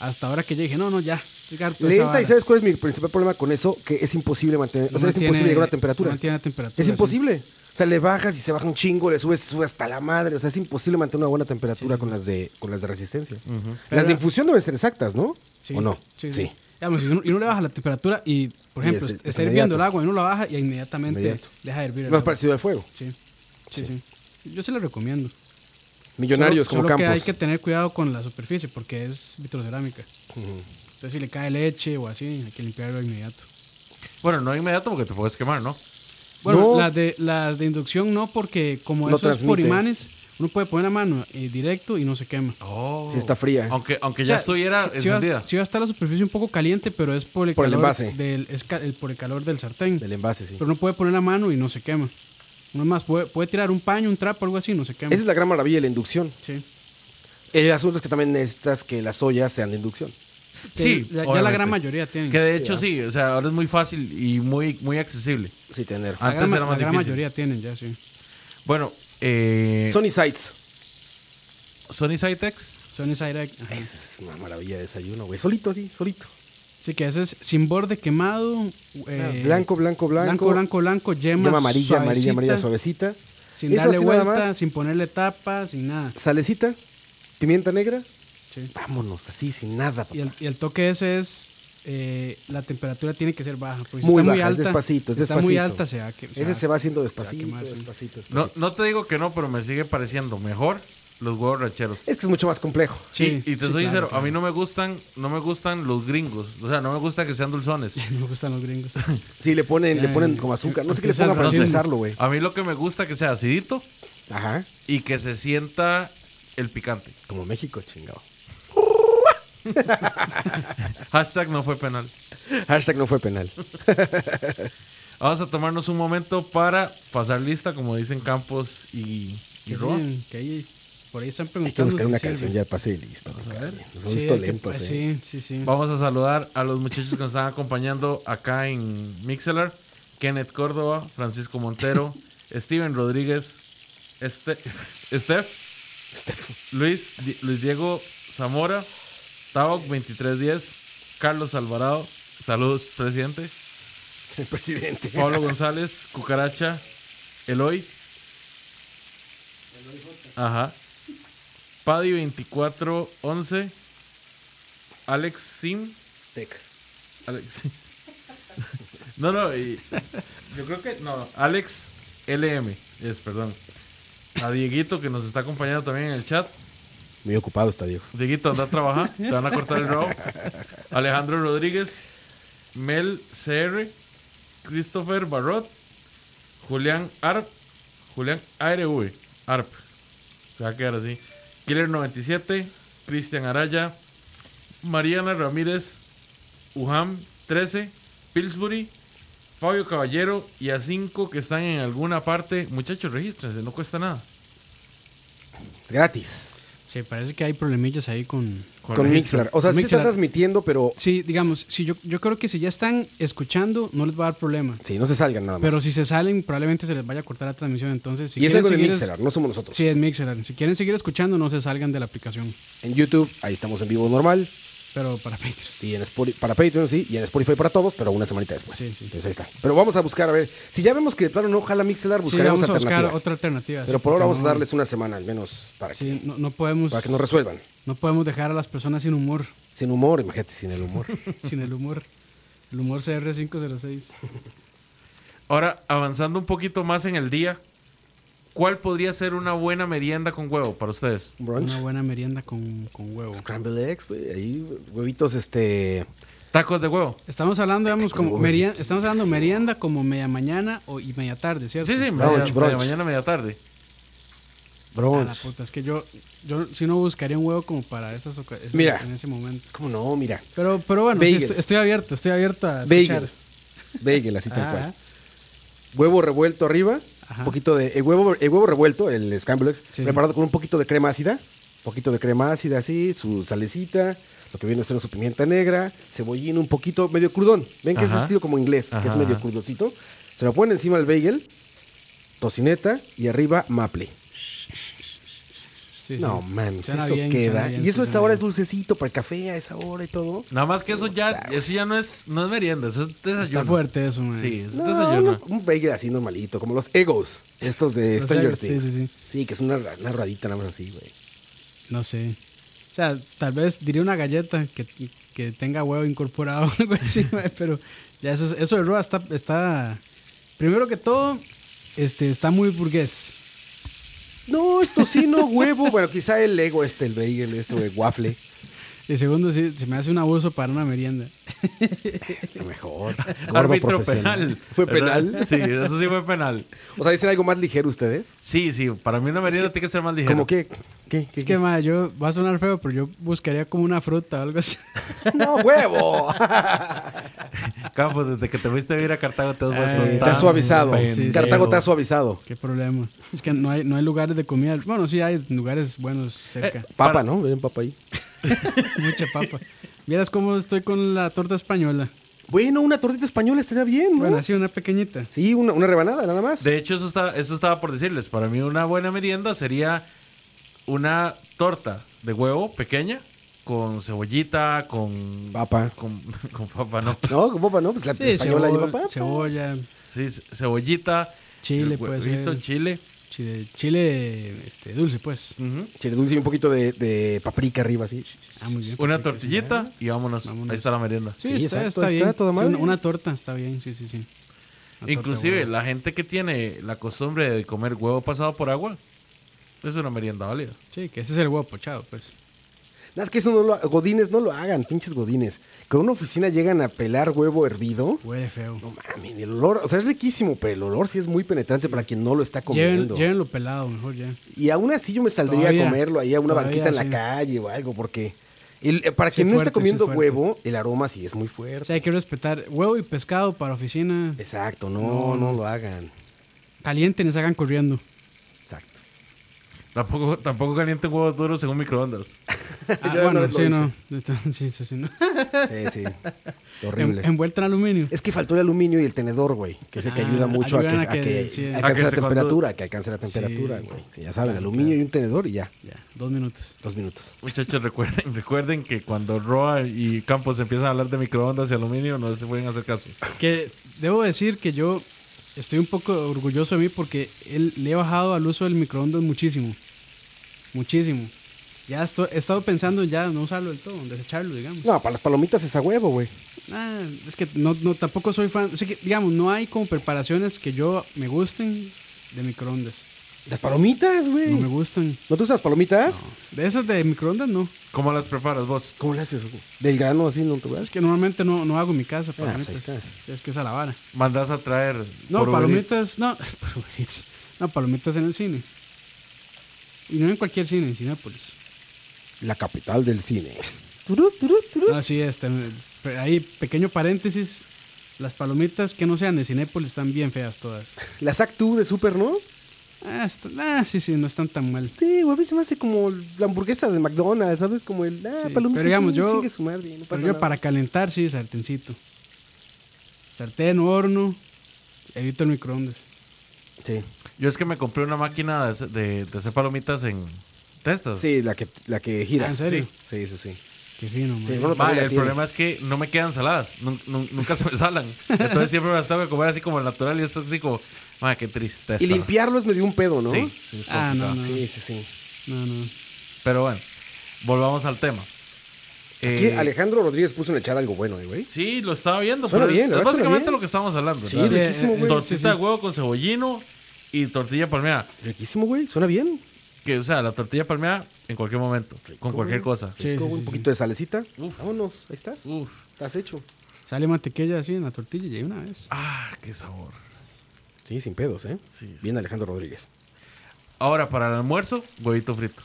Hasta ahora que yo dije, no, no, ya. estoy harto de esa
lenta,
vara.
¿y sabes cuál es mi principal problema con eso? Que es imposible mantener, o
No
sea, es
mantiene-
imposible llegar a una temperatura.
no mantiene la temperatura,
Es
sí.
imposible. O sea, le bajas y se baja un chingo, le subes, sube hasta la madre. O sea, es imposible mantener una buena temperatura con las de con las de resistencia. Las
Pero-
de infusión deben ser exactas, ¿no?
Sí,
¿O no?
Sí. sí. Digamos, y, uno, y uno le baja la temperatura y, por
Y
ejemplo,
es-
est-
es
está
inmediato.
hirviendo el agua y uno la baja y inmediatamente
Inmediato.
deja de hervir. el
Más
agua.
parecido al fuego.
Sí. Sí, sí, Yo se lo recomiendo.
Millonarios
Solo-
como
solo
Campos.
que hay que tener cuidado con la superficie porque es vitrocerámica. Entonces, si le cae leche o así, hay que limpiarlo de inmediato.
Bueno, no inmediato porque te puedes quemar, ¿no?
Bueno,
No.
las, de, las de inducción no, porque como
No
eso es por
transmite.
imanes, uno puede poner la mano eh, directo y no se quema.
Oh.
Sí, está fría. ¿eh?
Aunque, aunque
O
ya
sea,
estuviera
sí- sí va-
encendida.
sí va a estar la superficie un poco caliente, pero es por el,
Por el
calor
envase.
Del, es ca- el- por el calor del sartén.
Del envase, sí.
Pero uno puede poner la mano y no se quema. Uno más puede, puede tirar un paño, un trapo, algo así, y no se quema.
Esa es la gran maravilla de la inducción.
Sí.
El asunto es que también necesitas que las ollas sean de inducción.
Que
Sí,
ya, ya la
obviamente.
gran mayoría tienen.
Que de hecho sí, o sea, ahora es muy fácil y muy, muy accesible.
Sí, tener.
la gran,
Antes
ma-
era
la
más
gran
difícil.
mayoría tienen ya, sí.
Bueno, eh,
Sony Sights.
Sony Cytex.
Sony Cyrec, ajá.
Esa es una maravilla de desayuno, güey. Solito, sí, solito.
Sí, que ese es sin borde quemado. eh,
blanco, blanco, blanco.
Blanco, blanco, blanco, yema,
Llama amarilla, amarilla,
suavecita,
amarilla, suavecita.
Sin
Eso
darle
así nada
vuelta,
más.
sin ponerle tapa, sin nada.
Salecita, pimienta negra.
Sí.
Vámonos, así, sin nada. papá.
Y el, y el toque ese es. eh, la temperatura tiene que ser baja. Porque si
Muy
está muy
baja, es
alta,
despacito, es
si Está muy
despacito.
alta, se va a que-
Ese se va haciendo
se va a
despacito,
quemar, sí.
despacito,
No,
despacito.
no te digo que no, pero me sigue pareciendo mejor los huevos rancheros.
Es que es mucho más complejo.
Sí,
y, y te soy
sí, claro,
sincero,
claro.
a mí no me gustan, no me gustan los gringos. O sea, no me gusta que sean dulzones.
No me gustan los gringos.
Sí, le ponen, le
Ya,
ponen
ya,
como azúcar. No sé qué le
empieza
pongan
el
para
racismo.
procesarlo, güey.
A mí lo que me gusta que sea acidito
Ajá.
y que se sienta el picante.
Como México, chingado.
Hashtag no fue penal.
Hashtag no fue penal.
Vamos a tomarnos un momento para pasar lista, como dicen Campos y, y
Que
Roa.
sí, que ahí- por ahí están
Hay que
preguntando.
buscar
si
una
sirve.
canción ya pase y listo. Nos
Sí,
hemos
hay
visto
que-
lentos, eh.
Sí, sí, sí.
Vamos a saludar a los muchachos que nos están acompañando acá en Mixelar. Kenneth Córdoba, Francisco Montero, Steven Rodríguez, este, Steph,
Este
Luis, Di- Luis Diego Zamora, Taoc 2310, Carlos Alvarado, saludos presidente,
El presidente.
Pablo González, Cucaracha, Eloy. Ajá. Paddy 2411, Alex Sim.
Tec.
Alex. No, no, y- yo creo que. No, Alex LM. Es, perdón. A Dieguito que nos está acompañando también en el chat.
Muy ocupado está Diego.
Dieguito, anda a trabajar. Te van a cortar el robo. Alejandro Rodríguez. Mel CR. Christopher Barrot. Julián Arp. Julián ARV. Arp. Se va a quedar así. Killer97. Cristian Araya. Mariana Ramírez. Uham 13. Pillsbury. Fabio Caballero y a 5 que están en alguna parte. Muchachos, regístrense, no cuesta nada.
Es gratis.
Sí, parece que hay problemillas ahí con.
Con
registro.
Mixler. O sea, sí se está
Mixlr.
transmitiendo, pero
Sí, digamos, si yo, yo creo que si ya están escuchando, no les va a dar problema.
sí, no se salgan nada más.
Pero si se salen, probablemente se les vaya a cortar la transmisión. Entonces, si
y es
quieren
algo de
seguir es-
Mixer, no somos nosotros.
Sí, es Mixer. Si quieren seguir escuchando, no se salgan de la aplicación.
En YouTube, ahí estamos en vivo normal.
Pero para Patreon.
Y en Spotify, para Patreon, sí. Y en Spotify para todos, pero una semanita después.
Sí, sí.
Entonces ahí está. Pero vamos a buscar, a ver. Si ya vemos que de plano no jala Mixelar,
Sí,
buscaremos
vamos a buscar
alternativas.
otra alternativa.
Pero
sí,
por ahora
porque
vamos a
no-
darles una semana al menos para,
Sí, pues
que,
no, no podemos.
para que nos resuelvan.
no podemos dejar a las personas sin humor.
Sin humor, imagínate, sin el humor.
sin el humor. El humor CR506.
Ahora, avanzando un poquito más en el día, ¿cuál podría ser una buena merienda con huevo para ustedes?
Brunch.
Una buena merienda con, con huevo.
Scrambled eggs, güey. Ahí, huevitos, este.
Tacos de huevo.
Estamos hablando, digamos, como
Uy,
merienda, estamos hablando
riquísimo.
merienda como media mañana o, y media tarde, ¿cierto? Ah,
Sí, sí, media,
Brunch, brunch.
media mañana, media tarde.
A la
Brunch.
puta, es que yo, yo si no buscaría un huevo como para esas ocasiones
Mira.
en ese momento.
¿Cómo no? Mira.
Pero, pero bueno, sí,
Bagel.
estoy, estoy abierto, estoy abierto a escuchar.
Bagel. Bagel, así tal
Ah,
cual. Huevo revuelto arriba.
Ajá.
Un poquito de. El huevo, el huevo revuelto, el scrambled eggs,
Sí.
preparado con un poquito de crema ácida. Un poquito de crema ácida, así. Su salecita. Lo que viene a ser su pimienta negra. Cebollín, un poquito. Medio crudón. Ven que es
Ajá.
estilo como inglés, que es
Ajá,
medio
ajá.
crudocito. Se lo ponen encima del bagel. Tocineta y arriba maple.
sí, sí.
No mames,
Suena
eso
bien,
queda.
suena bien,
y eso a esa
suena
hora es
bien.
dulcecito para el café, a esa hora y todo.
Nada más que eso ya, eso ya no es, no es merienda, eso es desayuno.
Está fuerte pues eso, man.
Sí, es
No,
desayuno.
no, un bagel así normalito, como los egos, estos de
Los
Stranger
Egos, sí,
Things. Sí,
sí, sí.
que es una, ra- una radita nada más así, güey.
No sé. O sea, tal vez diría una galleta que, que tenga huevo incorporado o algo así, mae, pero ya eso, es- eso de Roa está, está. Primero que todo, este, está muy burgués.
No, es tocino, huevo. Bueno, quizá el ego este, el bagel, este, güey, waffle.
Y segundo, sí, se me hace un abuso para una merienda.
Es lo mejor. Gordo
Árbitro
profesional.
penal.
¿Fue
¿verdad?
penal?
Sí, eso sí fue penal.
O sea, dicen algo más ligero ustedes.
Sí, sí, para mí una merienda tiene que ser más ligera.
Como que. ¿Qué? ¿Qué?
Es que, mae, yo va a sonar feo, pero yo buscaría como una fruta o algo así.
¡No, huevo!
Campos, desde que te fuiste a vivir a Cartago te has puesto
Eh, te
tan
has suavizado.
pendejo.
Cartago te ha suavizado.
Qué problema. Es que no hay, no hay lugares de comida. Bueno, sí hay lugares buenos cerca.
Papa,
Para-
¿no? Ven, papa ahí.
Mucha papa. Vieras cómo estoy con la torta española.
Bueno, una tortita española estaría bien, ¿no?
Bueno, así una pequeñita.
Sí, una, una rebanada nada más.
De hecho, eso, está, eso estaba por decirles. Para mí, una buena merienda sería una torta de huevo pequeña con cebollita, con.
Papa.
Con, con papa, no.
No, con papa, ¿no? Pues la
Sí,
española
cebo-
lleva papa.
cebolla,
Sí, ce- cebollita.
Chile,
el
puede
huevito,
ser.
chile.
chile, chile este, dulce, pues.
Ujú.
Chile dulce y un poquito de, de paprika arriba, así.
Ah, muy bien.
Una
perfecto,
tortillita y vámonos.
¿eh? Vámonos.
Ahí está la merienda.
Sí,
Sí,
está,
exacto,
está
está
bien.
toda
Sí,
madre.
una, una torta está bien, sí, sí, sí. Una torta,
Inclusive,
huevo.
la gente que tiene la costumbre de comer huevo pasado por agua, Es una merienda válida.
Sí, que ese es el huevo pochado, pues.
Nada, es que eso no lo ha- Godines no lo hagan, pinches godines. Que a una oficina llegan a pelar huevo hervido.
Huele feo.
No mames, el olor, o sea, es riquísimo, pero el olor sí es muy penetrante para quien no lo está
Lleven-
comiendo.
Llévenlo pelado, mejor ya.
Y aún así yo me saldría
Todavía,
a comerlo ahí a una
todavía,
banquita en la
sí.
calle o algo, porque el- eh, para
Sí,
quien no
fuerte,
está
sí,
comiendo
fuerte.
huevo, el aroma sí es muy
O
fuerte.
sea, hay que respetar huevo y pescado para oficina.
Exacto, no, no lo hagan.
Calienten y hagan corriendo.
Exacto.
Tampoco, tampoco calienten huevos duros en un microondas.
Ah,
Yo una
bueno,
vez lo
sí,
hice.
no. Sí, sí, sí, no.
Sí, sí.
Em,
Horrible.
En- Envuelta en aluminio.
Es que faltó el aluminio y el tenedor, güey. Que es el que
Ah,
ayuda mucho a que,
ayudan
a que
sí, a
que
alcance la
se condu-
temperatura, que alcance la temperatura, güey. Sí, ya saben, aluminio y un tenedor y ya,
Ya, dos minutos.
dos minutos.
Muchachos, recuerden, recuerden que cuando Roa y Campos empiezan a hablar de microondas y aluminio, no se pueden hacer caso.
Que debo decir que yo estoy un poco orgulloso de mí porque él, le he bajado al uso del microondas muchísimo. Muchísimo. Ya esto- he estado pensando en ya no usarlo del todo, en desecharlo, digamos.
No, para las palomitas es a huevo, güey.
Ah, es que no, no, tampoco soy fan. Así que, digamos, no hay como preparaciones que yo me gusten de microondas.
Las palomitas, güey.
No me
No,
gustan.
te usas las palomitas?
De esas de microondas, no.
¿Cómo las preparas vos?
¿Cómo le haces? güey? Del grano así, ¿no te
Es
vas?
que normalmente no, no hago en mi casa
pues ahí
palomitas. es que es a la vara.
¿Mandas a traer
No,
por Uber
palomitas, no, por Uber Eats. No, palomitas en el cine. Y no en cualquier cine, en Cinépolis.
La capital del cine. Ah, Turú, turú, turú.
No, sí, este, pe- ahí, pequeño paréntesis. Las palomitas que no sean de Cinépolis están bien feas todas.
Las actú de Super, ¿no?
Ah, está- ah, sí, sí, no están tan mal.
Sí, güey, a mí se me hace como la hamburguesa de McDonald's, ¿sabes? Como el, ah,
Sí,
palomitas.
pero digamos,
sí,
yo-
chingue su madre, no pasa
Pero yo
nada.
para calentar, sí, sartencito. Sartén, horno. Evito el microondas.
Sí,
Yo es que me compré una máquina de, de- de hacer palomitas en testas.
sí la, que, la que giras.
Ah, ¿en serio?
Sí, sí, sí.
Qué fino, man.
Sí, bueno,
Ma,
también la
el
tiene.
problema es que no me quedan saladas, nun- nun- nunca se me salan. Entonces siempre me las tengo que comer así como natural y es así como, ma, qué tristeza.
Y limpiarlo es medio un pedo, ¿no?
Sí, sí, es
Ah, no,
complicado.
no.
Sí, sí, sí.
No, no.
Pero bueno, volvamos al tema.
Aquí
Eh,
Alejandro Rodríguez puso en el chat algo bueno, eh, güey.
Sí, lo estaba viendo.
Suena
pero
bien, la
es
verdad suena
básicamente
bien.
lo que estábamos hablando.
Sí,
¿verdad?
Sí,
riquísimo,
eh,
güey.
eh,
Tortita de huevo con cebollino y tortilla palmeada.
Riquísimo, güey. Suena bien.
Que, o sea, la tortilla palmeada en cualquier momento, con cualquier cosa.
Sí,
Con
sí, sí,
un
sí.
poquito de salecita.
Uf.
Vámonos, ahí estás.
Uf,
Estás hecho.
Sale mantequilla así en la tortilla y ahí una vez.
ah, qué sabor.
Sí, sin pedos, ¿eh?
Sí, sí.
Bien Alejandro Rodríguez.
Ahora, para el almuerzo, huevito frito.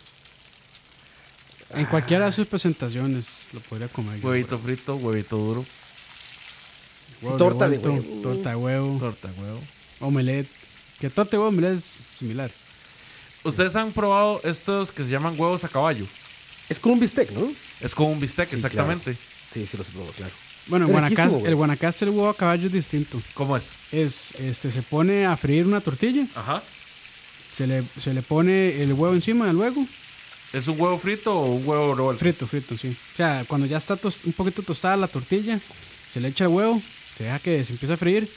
En cualquiera
Ah.
de sus presentaciones lo podría comer. yo.
Huevito frito, huevito duro,
Sí, torta de
revuelto,
huevo.
Torta de huevo,
torta de huevo.
omelette. Que torta de huevo omelette es similar.
¿Ustedes han probado estos que se llaman huevos a caballo?
Es con un bistec, ¿no?
Es como un bistec,
Sí,
exactamente.
claro. Sí, sí, los he probado, claro.
Bueno, en
Es
Guanacaste-
riquísimo, güey.
el Guanacaste el huevo a caballo es distinto.
¿Cómo es?
Es, este, se pone a freír una tortilla,
Ajá.
se le, se le pone el huevo encima luego.
¿Es un huevo frito o un huevo revuelto?
Frito, frito, sí. O sea, cuando ya está tos- un poquito tostada la tortilla, se le echa el huevo, se deja que se empiece a freír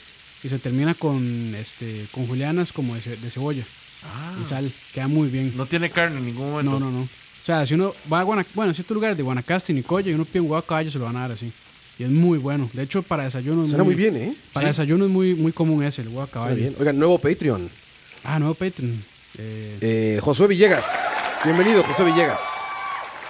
y se termina con, este, con julianas como de, ce- de cebolla
Ah,
y sal. Queda muy bien.
no tiene carne en ningún momento.
No, no, no. O sea, si uno va a Guanacaste, bueno, si otro lugar de Guanacaste y Nicoya y uno pide un huevo a caballo, se lo van a dar así. Y es muy bueno. De hecho, para desayuno. es
Suena muy bien, ¿eh?
Para desayuno es muy, muy común ese, el huevo a
Suena
caballo.
bien. Oigan, nuevo Patreon.
Ah, no, Patreon. Eh,
Eh, Josué Villegas. Bienvenido, Josué Villegas.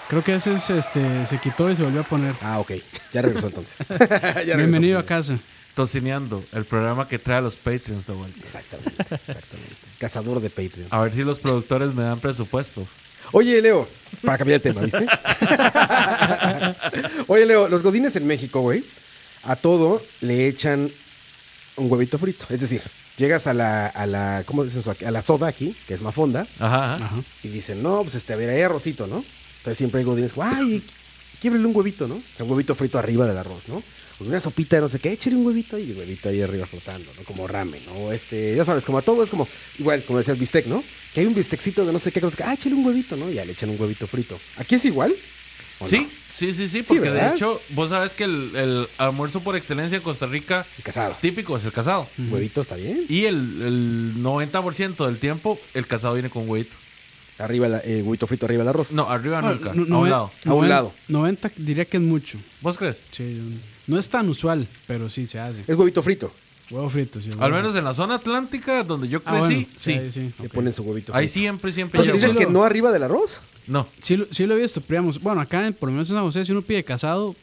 creo que ese es, este, se quitó y se volvió a poner.
Ah, ok. Ya regresó entonces. Ya regresó,
Bienvenido a
Josué.
casa.
Tocineando, el programa que trae a los Patreons de vuelta.
Exactamente, exactamente. Cazador de Patreon.
A ver si los productores me dan presupuesto.
Oye, Leo, para cambiar el tema, ¿viste? Oye, Leo, los godines en México, güey, a todo le echan un huevito frito. Es decir, llegas a la, a la ¿cómo dicen eso? aquí? A la soda aquí, que es más fonda,
Ajá. ajá.
Ajá.
y dicen, no, pues este, a ver, ahí arrocito, ¿no? Entonces siempre hay godines, ¡ay! Quiebrele un huevito, ¿no? O sea, un huevito frito arriba del arroz, ¿no? O una sopita de no sé qué, échale un huevito ahí, y el huevito ahí arriba flotando, ¿no? Como ramen, ¿no? Este, ya sabes, como a todo es como, igual, como decías, bistec, ¿no? Que hay un bistecito de no sé qué, que no sé qué, ah, échale un huevito, ¿no? Y ya le echan un huevito frito. ¿Aquí es igual? ¿O
Sí,
no?
sí, sí,
Sí,
sí, porque de
¿verdad?
hecho, vos sabes que el, el almuerzo por excelencia en Costa Rica
El casado. Mm.
típico es el casado.
Huevito está bien.
Y el, el 90% del tiempo, el casado viene con huevito.
Arriba, la- el huevito frito arriba del arroz.
No, arriba nunca,
Ah, No-
a
no-
un lado.
A un lado.
90 diría que es mucho.
¿Vos crees?
Sí, yo- no es tan usual, pero sí se hace.
Es huevito frito.
Huevo frito, sí. huevo
Al menos en la zona atlántica donde yo
frito. Ah,
crecí,
bueno,
sí.
ahí sí.
Le
ok.
ponen su huevito.
Ahí
frito.
siempre, siempre
Pero
Oye,
llegó.
dices
sí
que
lo-
no arriba del arroz.
No.
Sí, lo- sí lo he visto, pero digamos, bueno, acá en- por lo menos en San José, si uno pide casado,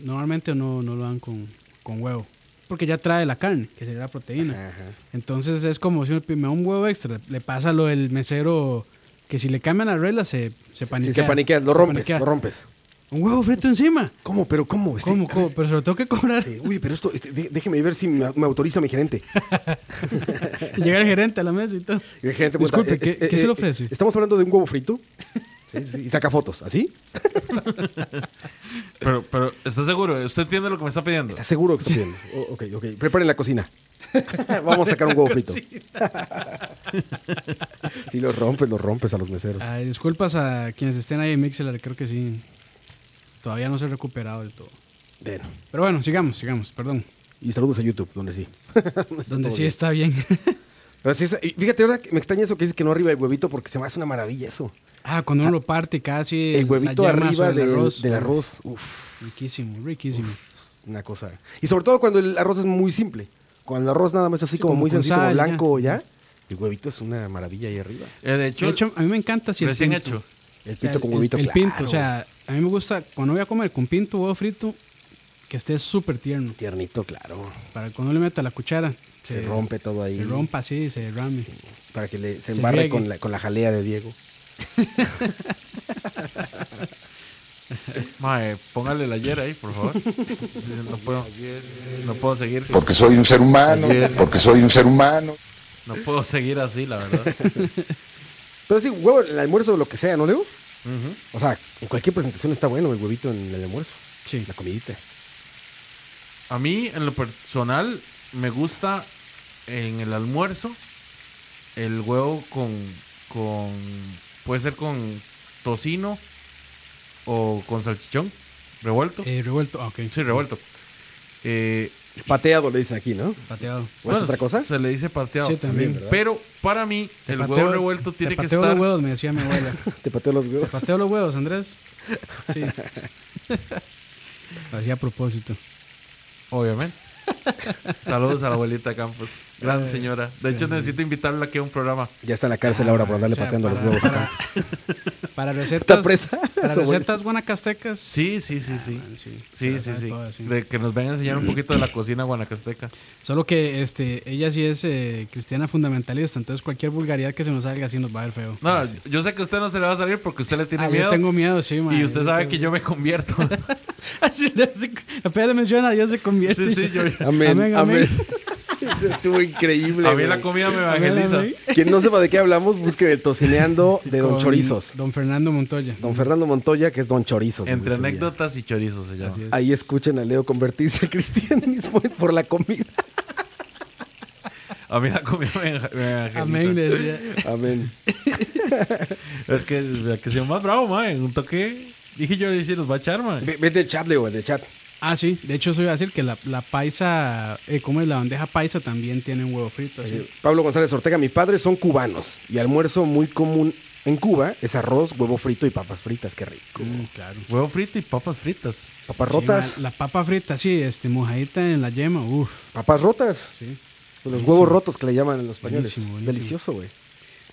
normalmente no, no lo dan con, con huevo. Porque ya trae la carne, que sería la proteína.
Ajá.
Entonces es como si uno pide me da un huevo extra, le, le pasa lo del mesero, que si le cambian las reglas se, se paniquea.
Si se paniquea, lo
Se
rompes,
paniquea.
lo rompes.
Un huevo frito encima.
¿Cómo? ¿Pero cómo? Este,
¿Cómo,
a
cómo?
ver,
Pero se lo tengo que cobrar.
este, uy, pero esto, este, dé- déjeme ver si me, me autoriza mi gerente.
Llega el gerente a la mesa y todo.
Y el gerente pregunta,
Disculpe, ¿qué- qué se le
eh,
ofrece?
Estamos hablando de un huevo frito. Sí, sí, y saca fotos, ¿así?
Pero, pero, ¿está seguro? ¿Usted entiende lo que me está pidiendo?
¿Estás seguro que está bien? O- ok, ok. Preparen la cocina. Vamos a sacar un huevo frito. Si los rompes, los rompes a los meseros.
Ay, disculpas a quienes estén ahí en Mixeler, creo que sí. Todavía no se ha recuperado del todo.
Bueno,
Pero bueno, sigamos, sigamos, perdón.
y saludos a YouTube, donde sí. Donde está
Donde
todo
sí
bien.
está bien.
Pero sí es- y fíjate, ¿verdad? que Me extraña eso que dices que no arriba el huevito porque se me hace una maravilla eso.
Ah, cuando uno lo parte casi.
El
la
huevito
yema
arriba
sobre
del del arroz.
Uf,
Uf,
Riquísimo, riquísimo.
es una cosa. Y sobre todo cuando el arroz es muy simple. Cuando el arroz nada más así
Sí,
como,
como
muy
con
sencillo, como
sal, ya.
blanco ya. El huevito es una maravilla ahí arriba.
Eh, de
De
hecho,
hecho, a mí me encanta si el
recién
pinto.
hecho.
El
O sea,
pito con
el-
huevito
El,
claro.
pinto, o sea, a mí me gusta cuando voy a comer con pinto, huevo frito, que esté súper tierno.
Tiernito, claro.
Para que cuando le meta la cuchara.
Se rompe todo ahí.
Se rompa así, se derrame.
Sí, para que le, se
Se
embarre
riegue.
con la, con la jalea de Diego.
Eh, Mae, póngale la ayer ahí, por favor. Dice, No puedo, no puedo seguir.
porque soy un ser humano, porque soy un ser humano.
No puedo seguir así, la verdad.
Pero sí, huevo, en el almuerzo, lo que sea, ¿no, Leo? O sea, en cualquier presentación está bueno el huevito en el almuerzo.
Sí.
La comidita.
A mí, en lo personal, me gusta en el almuerzo el huevo con. con puede ser con tocino o con salchichón revuelto.
Eh, revuelto, ah, ok.
Sí, revuelto. Eh,
Pateado le dicen aquí, ¿no?
Pateado.
¿O es
bueno,
otra cosa?
Se le dice pateado.
Sí, también.
¿verdad?
Pero para mí,
Te
el
pateo-
huevo revuelto
te
tiene que
pateo
estar.
los huevos, me decía mi abuela.
Te pateo los huevos.
Pateo los huevos, Andrés. Sí. Lo hacía a propósito.
Obviamente. Saludos a la abuelita Campos. Gran señora. De hecho, necesito invitarla aquí a un programa.
Ya está en la cárcel ahora por andarle
O sea,
pateando
Ah, para-
los huevos a
para-
Campos.
Para recetas.
presa?
Para
Su abuela.
recetas guanacastecas.
Sí, sí, sí, sí.
Ah, sí. se
Sí,
la
sí,
sabe
sí.
toda, sí.
De que nos vengan a enseñar un poquito de la cocina guanacasteca.
Solo que este, ella sí es eh, cristiana fundamentalista, entonces cualquier vulgaridad que se nos salga así nos va a ver feo.
No, yo sé que usted no se le va a salir porque usted le tiene
Ah,
miedo.
yo tengo miedo, sí, man.
y usted sabe que yo me convierto.
Así le hace- apenas le menciona, Dios se convierte.
sí, sí, yo.
Amén, amén.
Amén, amén.
Eso estuvo increíble.
A mí
güey.
la comida me
Amén,
evangeliza.
amén.
Quien no sepa de qué hablamos, busque el tocineando de Eh, Don
Con
Chorizos.
Don Fernando Montoya.
Don Fernando Montoya, que es Don Chorizos. nos
Entre
decía.
anécdotas y chorizos se llama.
Así es.
Ahí escuchen a Leo convertirse al cristianismo por la comida.
A mí la comida me, enja- me evangeliza.
Amén, le decía.
Amén.
Es que vea que sea más bravo, ma. En un toque. Dije yo, y si nos va a echar, ma.
Ve- Vete el chat, Leo, el del chat.
Ah, sí, de hecho, eso iba a decir que la, la paisa, eh, ¿cómo es? La bandeja paisa también tiene un huevo frito. así.
Eh, Pablo González Ortega, mis padres son cubanos y almuerzo muy común en Cuba es arroz, huevo frito y papas fritas, qué rico.
Mm, claro.
Huevo frito y papas fritas.
Papas
Sí,
rotas,
ma, la papa frita, sí, este, mojadita en la yema, uff.
papas rotas,
Sí.
los huevos rotos que le llaman en los españoles.
Buenísimo, buenísimo.
Delicioso, güey.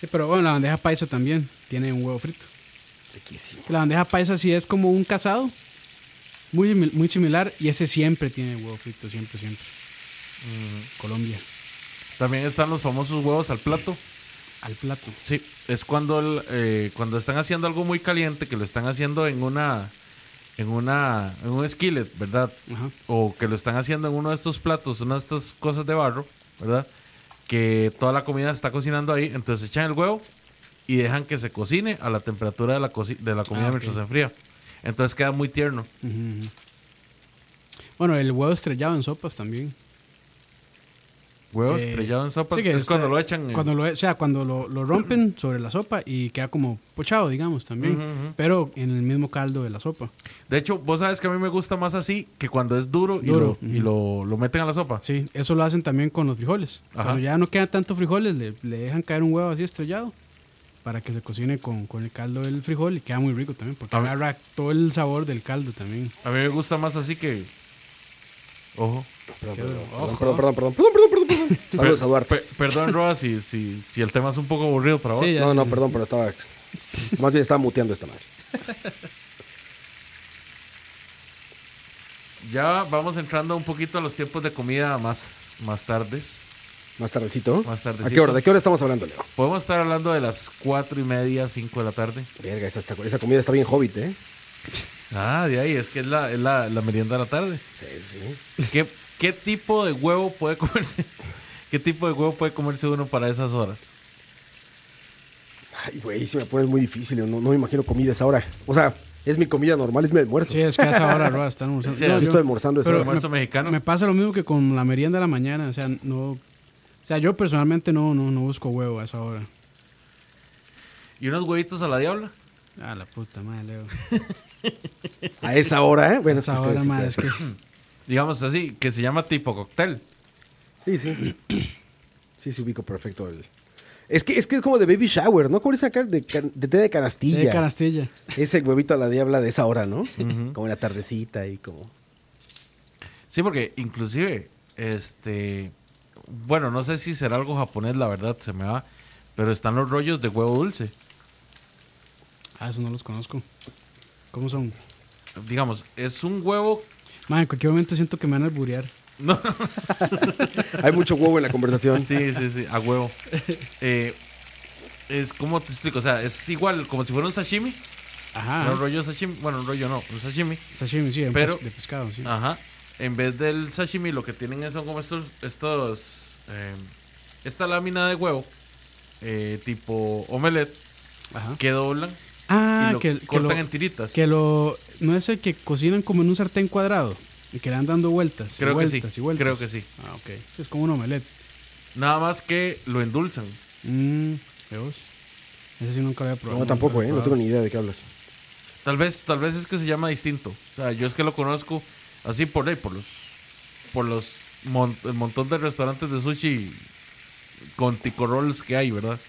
Sí, pero bueno, la bandeja paisa también tiene un huevo frito.
Riquísimo.
La bandeja paisa sí es como un casado, muy, imi- muy similar, y ese siempre tiene huevo frito, siempre, siempre. Colombia,
También están los famosos huevos al plato.
al plato.
Sí, es cuando el, eh, cuando están haciendo algo muy caliente, que lo están haciendo en una en una en un skillet, ¿verdad?
Ajá.
O que lo están haciendo en uno de estos platos, una de estas cosas de barro, ¿verdad? Que toda la comida se está cocinando ahí, entonces echan el huevo y dejan que se cocine a la temperatura de la coci- de la comida
Ah, ok.
mientras se enfría. Entonces queda muy tierno.
Bueno, el huevo estrellado en sopas también.
Huevo
Eh,
estrellado en sopas
sí que
es
está-
cuando lo echan. en-
Cuando lo, o sea, cuando lo, lo rompen sobre la sopa y queda como pochado, digamos, también. Pero en el mismo caldo de la sopa.
De hecho, vos sabes que a mí me gusta más así que cuando es duro, y, lo,
Duro,
y lo, lo meten a la sopa.
Sí, eso lo hacen también con los frijoles.
Ajá.
Cuando ya no quedan tantos frijoles, le, le dejan caer un huevo así estrellado para que se cocine con, con el caldo del frijol y queda muy rico también, porque
A ver.
agarra todo el sabor del caldo también.
A mí me gusta más así que Ojo.
Perdón,
Qué
perdón,
duro.
perdón,
Ojo.
perdón, perdón, perdón, perdón, perdón, perdón, perdón. Saludos a Duarte.
Pe- perdón, Roa, si, si, si el tema es un poco aburrido para vos.
Sí, ya.
No, no, perdón, pero estaba. Más bien estaba muteando esta madre.
Ya vamos entrando un poquito a los tiempos de comida más, más tardes.
Más tardecito.
Más
¿A
tardecito.
qué hora? ¿De qué hora estamos hablando, Leo?
Podemos estar hablando de las cuatro y media, cinco de la tarde.
Verga, esa, está- esa comida está bien hobbit, ¿eh?
Ah, de ahí, es que es la, es la, la merienda de la tarde.
Sí, sí.
¿Qué, ¿Qué tipo de huevo puede comerse? ¿Qué tipo de huevo puede comerse uno para esas horas?
Ay, güey, si me pones muy difícil. No, no me imagino comida a esa hora. O sea, es mi comida normal, es mi almuerzo.
Sí, es que a esa hora, Roa, están almorzando.
Sí,
No,
yo
estoy almorzando esa
pero
hora.
Almuerzo mexicano.
Me pasa lo mismo que con la merienda de la mañana. O sea, no. O sea, yo personalmente no, no, no busco huevo a esa hora.
¿Y unos huevitos a la diabla?
Ah, la puta madre, Leo.
A esa hora, ¿eh? Bueno,
A
es que
esa hora,
ustedes sí
madre, es que.
pueden.
Digamos así, que se llama tipo cóctel.
Sí, sí. Sí, sí, ubico perfecto. el- Es que, es que es como de baby shower, ¿no? ¿Cómo es acá? De, can- de té de canastilla.
De Canastilla.
Es el huevito a la diabla de esa hora, ¿no? Como en la tardecita y como.
Sí, porque inclusive, este, bueno, no sé si será algo japonés, la verdad, se me va, pero están los rollos de huevo dulce.
Ah, eso no los conozco. ¿Cómo son?
Digamos, es un huevo...
Madre, en cualquier momento siento que me van a alburear.
No,
Hay mucho huevo en la conversación.
sí, sí, sí, a huevo. Eh, es como te explico, o sea, es igual, como si fuera un sashimi,
Ajá.
no un rollo sashimi, bueno, un rollo no, un sashimi.
Sashimi, sí, de
Pero- Ah,
pes- de pescado, sí.
Ajá. En vez del sashimi, lo que tienen es- son como estos. estos eh, esta lámina de huevo, eh, tipo omelette,
Ajá.
que doblan
Ah,
y lo
que, que
cortan
lo,
en tiritas.
que lo- No es el que cocinan como en un sartén cuadrado. Y que le van dando vueltas. y
Creo que sí,
vueltas y vueltas.
creo que sí.
Ah, ok. Sí, es como un omelette.
Nada más que lo endulzan.
Mmm, Dios. Ese sí nunca lo había probado.
No, tampoco, ¿eh? No tengo ni idea de qué hablas.
Tal vez, tal vez es que se llama distinto. O sea, yo es que lo conozco así por ahí, por los. Por los. mon- el montón de restaurantes de sushi con tico rolls que hay, ¿verdad?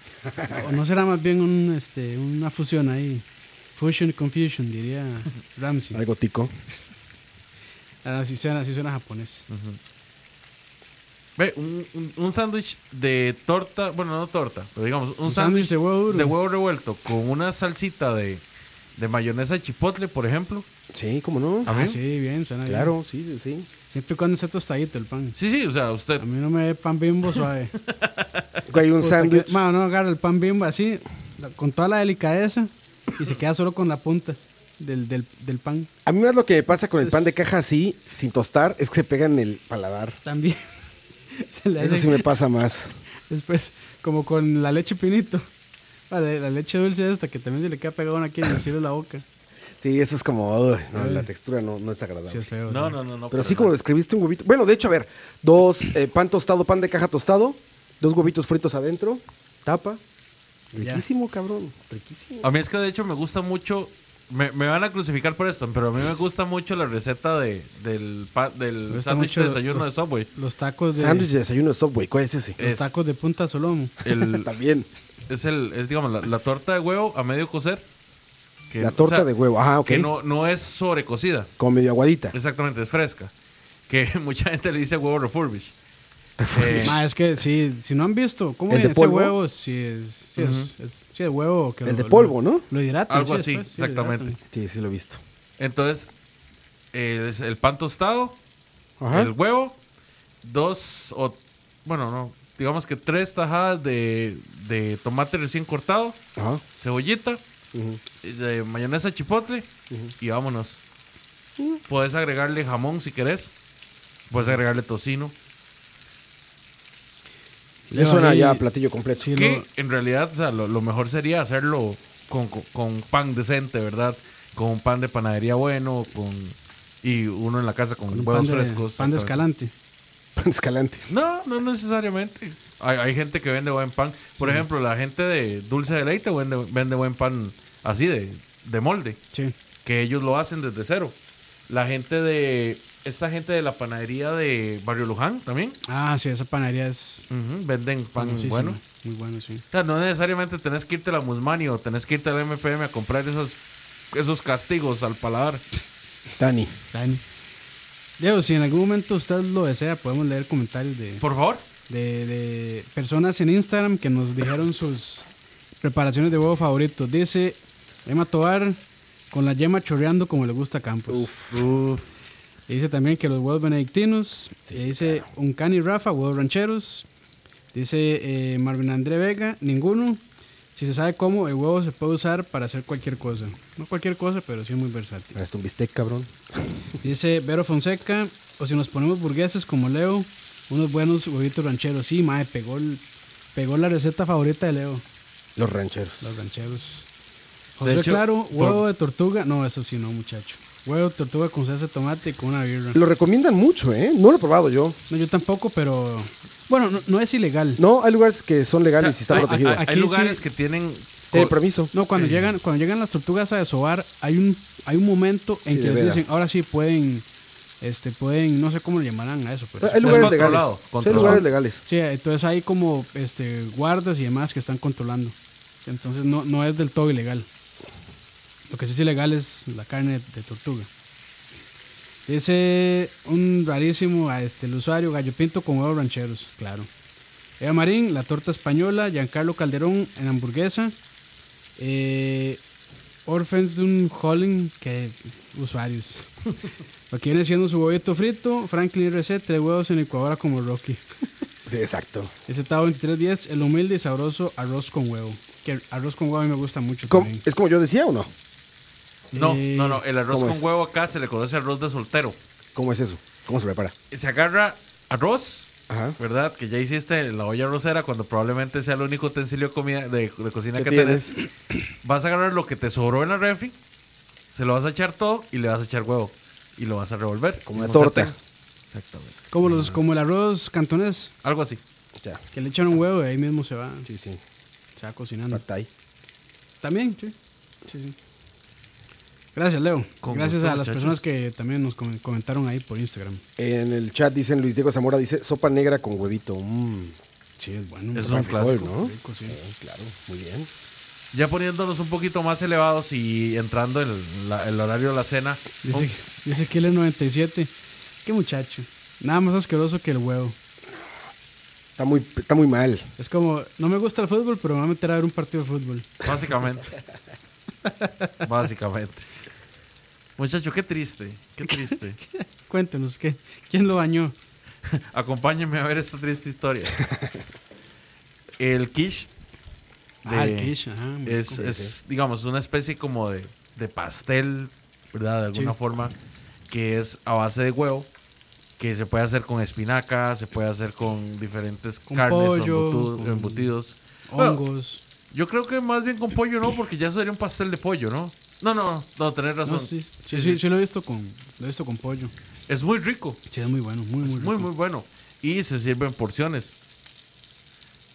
¿O no será más bien un, este, una fusión ahí? Fusion y confusion, diría Ramsey.
Algo tico.
Así Ah, suena, así suena japonés.
Ve, un, un, un sándwich de torta, bueno, no torta, pero digamos, un,
Un
sándwich
sándwich de huevo duro.
de huevo revuelto con una salsita de, de mayonesa de chipotle, por ejemplo.
Sí, ¿cómo no?
A
Ah,
mí-
sí, bien, suena bien.
Claro, sí, sí, sí.
Siempre y cuando esté tostadito el pan.
Sí, sí, o sea, usted.
A mí no me dé pan bimbo suave.
Hay un
Puta,
sándwich.
que- Mano, no agarra el pan bimbo así, la- con toda la delicadeza, y se queda solo con la punta del, del, del pan
A mí más lo que me pasa con el pan de caja así, sin tostar, es que se pega en el paladar.
también. se le
Eso
hace
sí me pasa más.
después, como con la leche pinito. Vale, la leche dulce esta, que también se le queda pegada una aquí en el cielo de la boca.
Sí, eso es como, "Uy, no, la textura no, no es agradable.
Sí, es feo.
No,
sí.
no, no, no.
Pero
para
así como
nada.
describiste un huevito. Bueno, de hecho, a ver, dos eh, pan tostado, pan de caja tostado, dos huevitos fritos adentro, tapa.
Ya.
Riquísimo, cabrón. Riquísimo.
A mí es que de hecho me gusta mucho. Me, me van a crucificar por esto, pero a mí me gusta mucho la receta de, del, pa-
Me
del
gusta
sándwich
mucho
de desayuno
los-
de Subway.
Los tacos de,
Sándwich de desayuno de Subway, ¿cuál es ese?
los
Es,
tacos de punta solomo.
el-
También.
es, el, es, digamos, la, la torta de huevo a medio cocer. que-
La
o
torta
sea,
de huevo, ajá, ok.
Que no, no es sobrecocida.
Como medio aguadita.
Exactamente, es fresca. Que mucha gente le dice huevo refurbish. Eh,
Ma, es que sí, si no han visto, ¿cómo
¿El de
es ese
polvo?
huevo? Si es, sí es, es- sí es huevo. Que
El de polvo, ¿no?
Lo hidratan.
algo
sí,
así,
después, sí, lo
exactamente.
hidratan.
Sí, sí lo he visto.
Entonces, eh, es el pan tostado,
Ajá.
el huevo, dos o, bueno, no, digamos que tres tajadas de, de tomate recién cortado,
Ajá.
cebollita, eh, de mayonesa chipotle y vámonos. Puedes agregarle jamón si querés, puedes agregarle tocino.
Ya
Yo
suena
ahí-
ya platillo completo.
Sí,
Que
lo-
en realidad, o sea, lo, lo mejor sería hacerlo con, con- con pan decente, ¿verdad? Con un pan de panadería bueno, con y uno en la casa con,
con un
huevos
pan de,
frescos.
Pan de
exactamente.
escalante.
Pan escalante.
No, no necesariamente. Hay, hay gente que vende buen pan. Por ejemplo, la gente de Dulce Deleite vende, vende buen pan así de, de molde,
Sí.
que ellos lo hacen desde cero. La gente de. Esta gente de la panadería de Barrio Luján también
Ah, sí, esa panadería es.
ujú, venden pan
famosísima.
Mm, bueno.
Muy bueno, sí.
O sea, no necesariamente tenés que irte a la Musmani o tenés que irte al MPM a comprar esas, esos castigos al paladar.
Dani.
Dani. Diego, si en algún momento usted lo desea, podemos leer comentarios de,
Por favor.
de, de personas en Instagram que nos dijeron sus preparaciones de huevo favoritos. Dice Emma Tovar con la yema chorreando como le gusta a Campos. Y dice también que los huevos benedictinos. Y dice Uncani Rafa, huevos rancheros. Dice eh, Marvin André Vega, ninguno. Si se sabe cómo, el huevo se puede usar para hacer cualquier cosa. No cualquier cosa, pero sí es muy versátil.
Hasta un bistec, cabrón.
Dice Vero Fonseca, o si nos ponemos burgueses como Leo, unos buenos huevitos rancheros. Sí, mae, pegó, el- pegó la receta favorita de Leo,
Los rancheros.
los rancheros. José
hecho,
Claro,
por-
huevo de tortuga. No, eso sí, no, muchacho. Huevo de tortuga con salsa de tomate y con una birra.
Lo recomiendan mucho, ¿eh? No lo he probado yo.
No, yo tampoco, pero. Bueno, no, no es ilegal.
No, hay lugares que son legales
O sea,
y están
hay,
protegidos.
hay- hay
Aquí
lugares
sí-
que tienen.
Tiene permiso.
No, cuando llegan, cuando llegan las tortugas a desovar, hay un, hay un momento en
Sí,
que
de
les
veras.
dicen, ahora sí pueden, este, pueden, no sé cómo le llamarán a eso, pero.
Hay lugares legales.
controlado,
Sí, Hay
controlado.
lugares legales.
Sí, entonces hay como este guardas y demás que están controlando. Entonces no, no es del todo ilegal. Lo que sí es ilegal es la carne de tortuga. Dice un rarísimo a este el usuario gallo pinto con huevos rancheros, claro. Eva Marín, la torta española, Giancarlo Calderón en hamburguesa. Eh, Orphans de un Holling que usuarios. Lo que viene siendo su huevito frito, Franklin RC, tres huevos en licuadora como Rocky.
Sí, exacto.
Ese Tao 2310, el humilde y sabroso arroz con huevo. Que arroz con huevo a mí me gusta mucho
¿Cómo-
también.
¿Es como yo decía o no?
No,
Eh,
no, no. El arroz
¿cómo
con
es?
huevo acá se le conoce arroz de soltero.
¿Cómo es eso? ¿Cómo se prepara?
Se agarra arroz,
Ajá.
¿verdad? Que ya hiciste en la olla arrocera cuando probablemente sea el único utensilio de, comida, de, de cocina
¿Qué
que
tienes?
tenés. Vas a agarrar lo que te sobró en la refri, se lo vas a echar todo y le vas a echar huevo. Y lo vas a revolver.
Como
en
una
un
torta.
sartén. Exactamente.
Como, los, como el arroz cantonés,
Algo así.
Ya.
que le echan un huevo y ahí mismo se va,
Sí, sí.
se va
Mm.
cocinando.
Pad Thai.
También, sí. Sí, sí. Gracias, Leo.
Con
Gracias
gusto,
a las
muchachos.
personas que también nos comen- comentaron ahí por Instagram.
En el chat dicen Luis Diego Zamora dice sopa negra con huevito. Mmm.
Sí, es bueno.
Es un
frijol,
clásico.
¿no?
rico, sí.
Sí, claro, muy bien.
Ya poniéndonos un poquito más elevados y entrando en la- el horario de la cena.
Dice, dice que él es 97. Qué muchacho. Nada más asqueroso que el huevo.
Está muy, está muy mal.
Es como, no me gusta el fútbol, pero me voy a meter a ver un partido de fútbol.
Básicamente. Básicamente. Muchacho, qué triste, qué triste.
Cuéntenos, ¿qué? ¿quién lo bañó?
Acompáñenme a ver esta triste historia. El quiche.
Ah, el quiche, ajá, muy
Es,
rico.
es, digamos, una especie como de, de pastel, ¿verdad? De alguna forma, que es a base de huevo, que se puede hacer con espinacas, se puede hacer con diferentes
Con
carnes o
pollo,
embutu-
con
embutidos. Bueno,
Hongos.
yo creo que más bien con pollo no, porque ya sería un pastel de pollo, ¿no? No, no, no, tenés razón.
No, sí, sí, sí, sí lo he visto con, lo he visto con pollo.
Es muy rico,
Sí, es muy bueno, muy,
es
muy,
muy,
rico.
muy bueno. Y se sirve en porciones.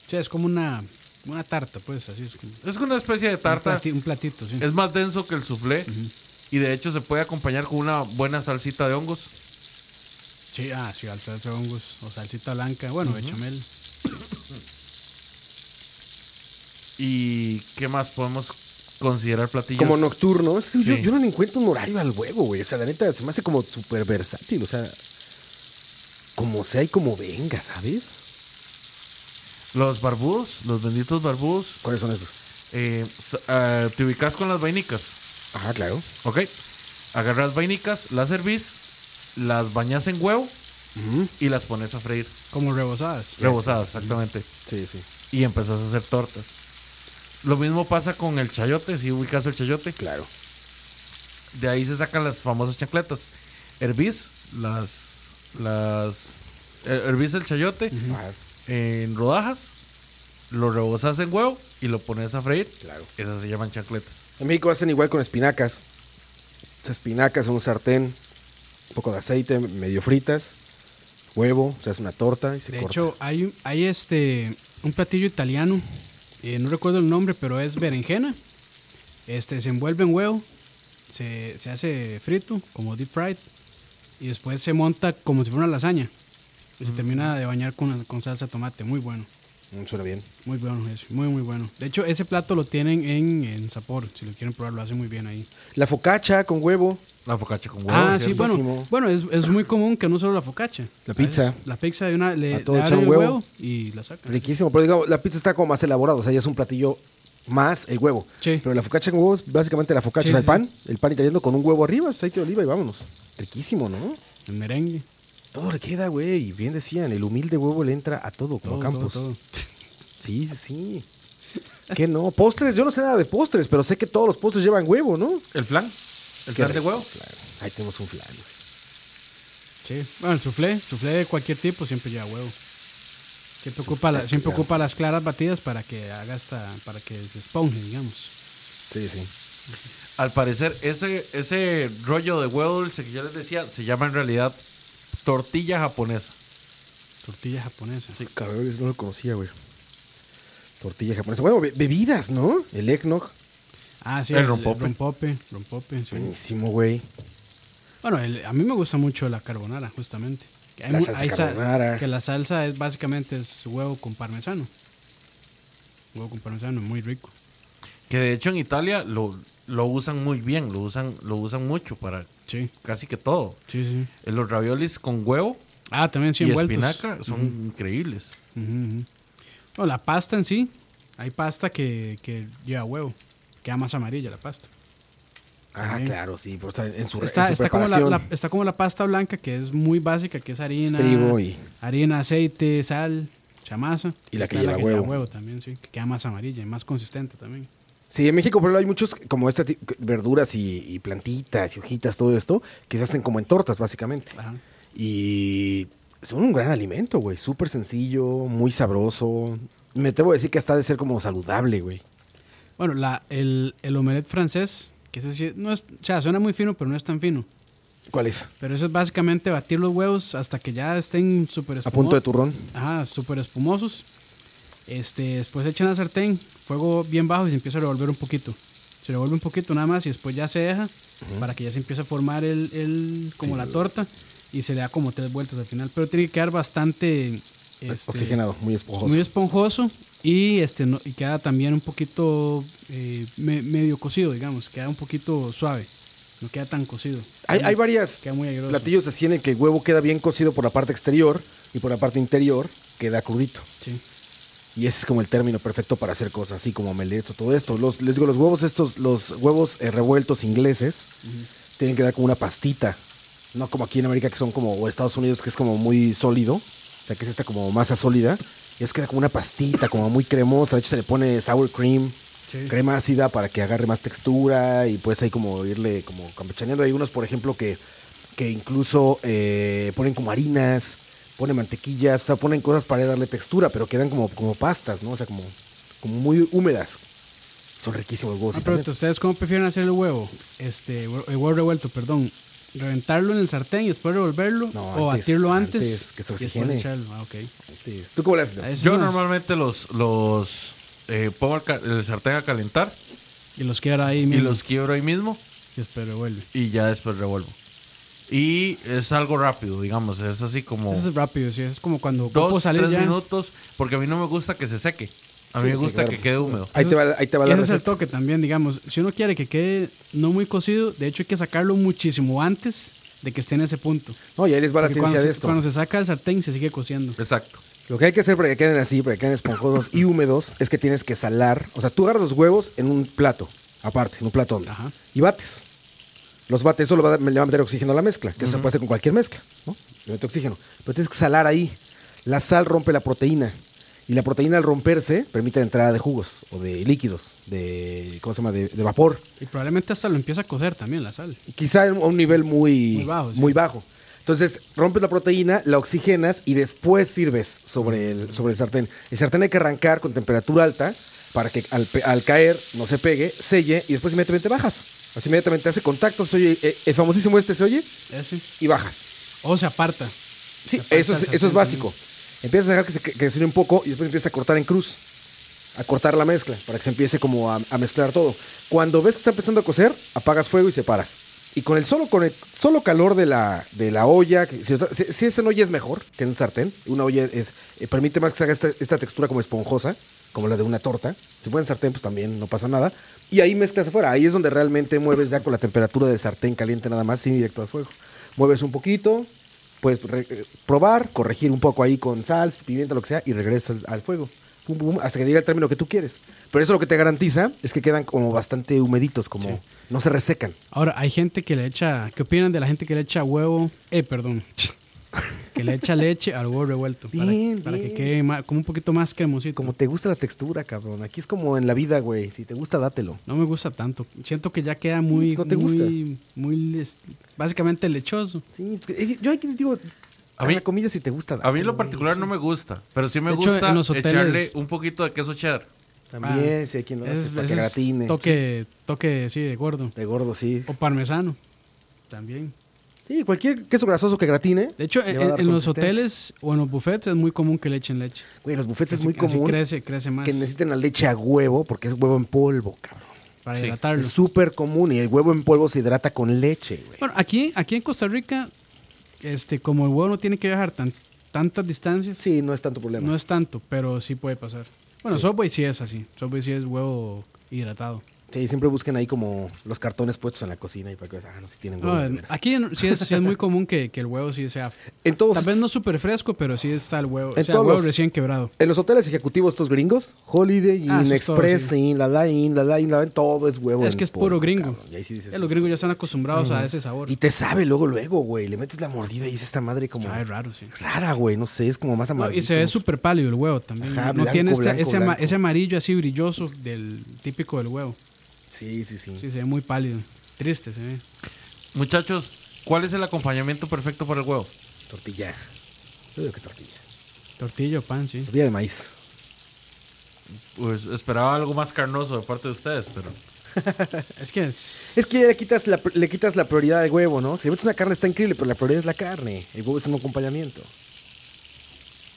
Sí, es como una, como una tarta, pues, así es como un
Es una especie de tarta.
plati- Un platito, sí.
Es más denso que el soufflé. Y de hecho se puede acompañar con una buena salsita de hongos.
Sí, ah, sí, al salsa de hongos o salsita blanca, bueno, bechamel.
¿Y qué más podemos considerar platillos?
Como nocturno. Es que yo,
Sí.
yo no le encuentro un horario al huevo, güey. O sea, la neta se me hace como súper versátil. O sea, como sea y como venga, ¿sabes?
Los barbudos, los benditos barbudos.
¿Cuáles son esos?
eh, s- ah, te ubicas con las vainicas,
Ajá, claro.
¿ok? Agarras vainicas, las servís, las bañas en huevo y las pones a freír.
Como rebozadas.
Rebozadas, exactamente.
Sí, sí.
Y empezás a hacer tortas. Lo mismo pasa con el chayote, si ubicas el chayote.
Claro.
De ahí se sacan las famosas chancletas. Hervís, las. las eh, hervís el chayote
Ajá,
en rodajas, lo rebozas en huevo y lo pones a freír.
claro.
Esas se llaman chancletas.
En México hacen igual con espinacas. O sea, espinacas en un sartén, un poco de aceite, medio fritas, huevo, se hace una torta y se
De
corta.
hecho, hay, hay este, un platillo italiano, eh, no recuerdo el nombre, pero es berenjena. Este, se envuelve en huevo, se, se hace frito, como deep fried, y después se monta como si fuera una lasaña. Y se termina de bañar con, con salsa de tomate, muy bueno.
Mm, Suena bien.
Muy bueno, eso, muy muy bueno. De hecho, ese plato lo tienen en, en Sapor, si lo quieren probar, lo hacen muy bien ahí.
La focacha con huevo.
La focacha con huevos.
Ah, sí,
¿cierto?
bueno.
Buenísimo.
Bueno, es, es muy común que no solo la focacha.
La
A veces
pizza.
La pizza de una. Le,
A todo
le
echar
abren
un
el
huevo.
y la sacan.
Riquísimo, pero digamos, la pizza está como más elaborada, o sea, ya es un platillo más el huevo.
Sí.
Pero la focaccia con huevos, básicamente la focaccia,
Sí,
o sea,
sí,
el pan, el pan italiano con un huevo arriba, aceite de oliva y vámonos. Riquísimo, ¿no?
El merengue.
Todo le queda, güey, y bien decían, el humilde huevo le entra a todo, como
Todo,
Campos.
todo, todo.
Sí, sí, sí. ¿Qué no? Postres, yo no sé nada de postres, pero sé que todos los postres llevan huevo, ¿no?
El flan. El
Qué
flan de
rico,
huevo.
claro. Ahí tenemos un flan. güey.
Sí. Bueno, el soufflé, soufflé de cualquier tipo siempre lleva huevo. Siempre ocupa, la- siempre ocupa las claras batidas para que haga hasta, para que se esponje, digamos.
Sí, sí.
Al parecer, ese, ese rollo de huevo dulce que yo les decía se llama en realidad tortilla japonesa.
Tortilla japonesa.
Sí, cabrón, eso no lo conocía, güey. Tortilla japonesa. Bueno, be- bebidas, ¿no? El eggnog.
Ah, sí.
El rompope.
rompope, rompope, sí.
Buenísimo, güey.
Bueno, el- a mí me gusta mucho la carbonara, justamente. Que hay
La
mu-
salsa
hay sa-
carbonara.
que la salsa es básicamente es huevo con parmesano. Huevo con parmesano, muy rico.
Que de hecho en Italia lo, lo usan muy bien, lo usan, lo usan mucho para
Sí,
casi que todo.
sí, sí.
Eh, Los raviolis con huevo
Ah, también sí,
y
envueltos.
espinaca son increíbles.
Ujú, ujú. No, la pasta en sí, hay pasta que, que lleva huevo. Queda más amarilla la pasta.
Ah,
También.
claro, sí. Pero está en su, en
Está,
su
está como la,
preparación.
la- está como la pasta blanca que es muy básica, que es harina,
trigo y-
harina, aceite, sal, chamasa.
Y la que
Está
lleva huevo.
también, sí, que queda más amarilla y más consistente también.
Sí, en México, por ejemplo, hay muchos como estas verduras y, y plantitas y hojitas, todo esto, que se hacen como en tortas, básicamente.
Ajá.
Y son un gran alimento, güey. Súper sencillo, muy sabroso. Me atrevo a decir que hasta ha de ser como saludable, güey.
Bueno, la, el, el omelette francés, que ese sí, no es, o sea, suena muy fino, pero no es tan fino.
¿Cuál es?
Pero eso es básicamente batir los huevos hasta que ya estén súper
A punto de
espumosos.
turrón.
Ajá, súper espumosos. Este, después echan la sartén, fuego bien bajo y se empieza a revolver un poquito. Se revuelve un poquito nada más y después ya se deja para que ya se empiece a formar el, el- como la torta y se le da como tres vueltas al final. Pero tiene que quedar bastante este,
Oxigenado, muy esponjoso.
muy esponjoso y este no- y queda también un poquito eh, me- medio cocido, digamos, queda un poquito suave, no queda tan cocido.
Hay, hay varias
Queda muy airoso.
platillos así en el que el huevo queda bien cocido por la parte exterior y por la parte interior queda crudito.
Sí.
Y ese es como el término perfecto para hacer cosas así como omelette o todo esto. Los, les digo, los huevos estos, los huevos eh, revueltos ingleses, tienen que dar como una pastita. No como aquí en América que son como, o Estados Unidos que es como muy sólido. O sea, que es esta como masa sólida. Y eso queda como una pastita, como muy cremosa. De hecho, se le pone sour cream,
Sí.
crema ácida para que agarre más textura. Y pues ahí como irle como campechaneando. Hay unos, por ejemplo, que, que incluso eh, ponen como harinas, ponen mantequillas, o sea, ponen cosas para darle textura, pero quedan como, como pastas, ¿no? O sea, como, como muy húmedas. Son riquísimos los huevos.
Ah,
y
pero
también-
¿ustedes cómo prefieren hacer el huevo? Este, hue- el huevo revuelto, perdón. Reventarlo en el sartén y después revolverlo
No,
o
antes,
batirlo antes,
antes, que se
y después
oxigene.
echarlo. Ah, ok.
¿Tú cómo le haces?
Ah, eso
Yo
es más.
normalmente los, los eh, pongo al ca- el sartén a calentar
y los quiebra ahí
y
mismo,
los quiebro ahí mismo
y después revuelve.
y ya después revuelvo. Y es algo rápido, digamos, es así como
Eso es rápido, sí, eso es como cuando ocupo
dos,
salir
tres
ya.
minutos, porque a mí no me gusta que se seque. A mí me gusta que quede húmedo.
Ahí te va, ahí te va
Y
la
ese es el
receta.
toque también, digamos. Si uno quiere que quede no muy cocido, de hecho hay que sacarlo muchísimo antes de que esté en ese punto.
No, y ahí les va la
Porque
ciencia
cuando,
de
se-
esto.
cuando se saca el sartén se sigue cociendo.
Exacto.
Lo que hay que hacer para que queden así, para que queden esponjosos y húmedos, es que tienes que salar. O sea, tú agarras los huevos en un plato, aparte, en un plato hondo,
Ajá.
y bates. Los bates, eso lo va a- le va a meter oxígeno a la mezcla, que eso se puede hacer con cualquier mezcla, ¿no? Le mete oxígeno. Pero tienes que salar ahí. La sal rompe la proteína. Y la proteína al romperse permite la entrada de jugos o de líquidos, de, ¿cómo se llama? De, de vapor.
Y probablemente hasta lo empieza a cocer también la sal.
quizá en- a un nivel muy,
Muy
muy
bajo,
bajo.
sí.
Entonces, rompes la proteína, la oxigenas y después sirves sobre el, sobre el sartén. El sartén hay que arrancar con temperatura alta para que al, pe- al caer no se pegue, selle y después inmediatamente bajas. Así inmediatamente hace contacto, se oye, eh, el famosísimo este se oye
Ese.
y bajas.
O se aparta.
Sí,
Se aparta
eso
el
es, eso
sartén
es básico.
también.
Empiezas a dejar que se, que se une un poco y después empiezas a cortar en cruz. A cortar la mezcla para que se empiece como a, a mezclar todo. Cuando ves que está empezando a cocer, apagas fuego y separas. Y con el solo, con el solo calor de la, de la olla, que si, si, si es en olla es mejor que en un sartén. Una olla es, eh, permite más que se haga esta, esta textura como esponjosa. como la de una torta. Si ponen sartén, pues también no pasa nada. Y ahí mezclas afuera. Ahí es donde realmente mueves ya con la temperatura del sartén caliente nada más, sin directo al fuego. Mueves un poquito, puedes re- eh, probar, corregir un poco ahí con sal, pimienta, lo que sea, y regresas al fuego. Pum, pum, hasta que diga el término que tú quieres. Pero eso lo que te garantiza es que quedan como bastante humeditos, como no se resecan.
Ahora, hay gente que le echa. ¿Qué opinan de la gente que le echa huevo? Eh, perdón. que le echa leche al huevo revuelto. para-
Bien,
para,
bien.
que quede ma- como un poquito más cremosito.
Como te gusta la textura, cabrón. Aquí es como en la vida, güey. Si te gusta, dátelo.
No me gusta tanto. Siento que ya queda muy.
¿No te gusta?
muy, muy es- básicamente lechoso.
Sí, pues, eh, yo aquí digo,
A
a
mí-
la comida si te gusta,
A mí en
dátelo,
lo particular no me gusta, pero sí me
De hecho,
gusta
en los hoteles-
echarle un poquito de queso cheddar.
También,
Ah,
si hay quien lo
ese
hace,
es-
para
ese
que
es
gratine.
Toque, Oh. toque, sí, de gordo.
De gordo, sí.
O parmesano. También.
Sí, cualquier queso grasoso que gratine.
De hecho,
le
en,
va a dar
en los
consistencia.
hoteles o en los buffets es muy común que le echen leche.
Güey, en los buffets es
Así-
muy
así
común
crece, crece más
que necesiten la leche a huevo porque es huevo en polvo, cabrón.
para
sí.
hidratarlo.
Es súper común y el huevo en polvo se hidrata con leche, güey.
Bueno, aquí, aquí en Costa Rica, este, como el huevo no tiene que viajar tan, tantas distancias,
Sí, no es tanto problema.
no es tanto, pero sí puede pasar. Bueno, Subway sí es así. Subway sí es huevo hidratado.
Sí, siempre busquen ahí como los cartones puestos en la cocina y para que ah, no, si tienen huevo.
No,
de
en-
veras.
aquí en- sí es, sí es muy común que, que el huevo sí sea...
En todos-
Tal vez no súper fresco, pero sí está el huevo. O
Pues En
sea, el
todos
huevo
los-
recién quebrado.
En los hoteles ejecutivos estos gringos, Holiday Inn,
Ah, eso es todo,
Express
sí.
Inn, la la Inn, la la Inn, la la Inn, todo es huevo.
Es
en
que es puro
polvo,
gringo.
cabrón. Y ahí sí dices,
Ya los gringos ya están acostumbrados a ese sabor.
Y te sabe luego, luego, güey. Le metes la mordida y dices esta madre como
Ah, es raro, sí.
rara, güey. No sé, es como más
No,
amarilla.
y se ve súper pálido el huevo también.
Ajá,
no
blanco,
tiene este-
blanco,
ese, ama-
blanco.
ese amarillo así brilloso del típico del huevo.
Sí, sí, sí.
Sí, se ve muy pálido. Triste se ve.
Muchachos, ¿cuál es el acompañamiento perfecto para el huevo?
Tortilla. Yo digo que tortilla.
Tortillo, pan, sí.
Tortilla de maíz.
Pues esperaba algo más carnoso de parte de ustedes, pero
Es que es,
Es que ya le quitas la, le quitas la prioridad al huevo, ¿no? Si le metes una carne está increíble, pero la prioridad es la carne. El huevo es un acompañamiento.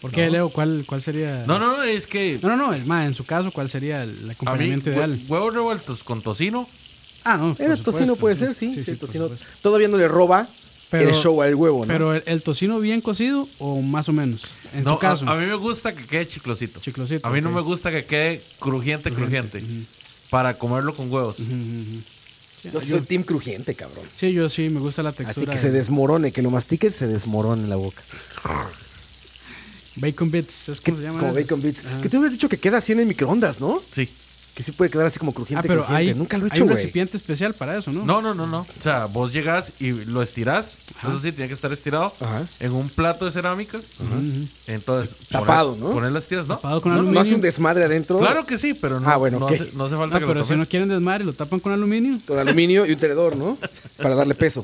¿Por qué, Leo? ¿Cuál, cuál sería...?
no, no, no, es que
No, no, no, el- ma, en su caso, ¿cuál sería el
a mí
acompañamiento
hue-
ideal?
huevos revueltos con tocino
Ah, no. por
Era tocino,
supuesto,
puede ser, sí. sí,
por
tocino.
supuesto.
Todavía no le roba
Pero-
el show al huevo, ¿no?
Pero el, el tocino bien cocido o más o menos, en
No,
su caso.
A, a mí me gusta que quede chiclosito.
Chiclosito,
A mí no
ok.
me gusta que quede crujiente, crujiente. Para comerlo con huevos.
yo soy team crujiente, cabrón.
Sí, yo sí, me gusta la textura.
Así que se
de-
desmorone, que lo mastiques, se desmorone en la boca.
Bacon bits, ¿es
Que-
como se llama? Ah.
como
eso?
bacon bits.
Ajá.
Que tú hubieras dicho que queda así en el microondas, ¿no?
Sí.
Que sí puede quedar así como crujiente,
Ah, pero
crujiente.
hay,
Nunca lo he
hay
hecho,
un
güey.
recipiente especial para eso, ¿no?
No, no, no, no. O sea, vos llegás y lo estirás. Eso sí, tiene que estar estirado
Ajá.
en un plato de cerámica. Entonces, poner-
Pues, Tapado, ¿no?
Poner las tiras, ¿no?
Tapado con
No,
¿No,
aluminio.
no hace un desmadre adentro?
Claro que sí, pero no,
Ah, bueno,
no,
ok.
hace, no hace falta
No,
que
pero
lo
si no
tapes.
quieren desmadre, lo tapan con aluminio
Con aluminio y un tenedor, ¿no? Para darle peso.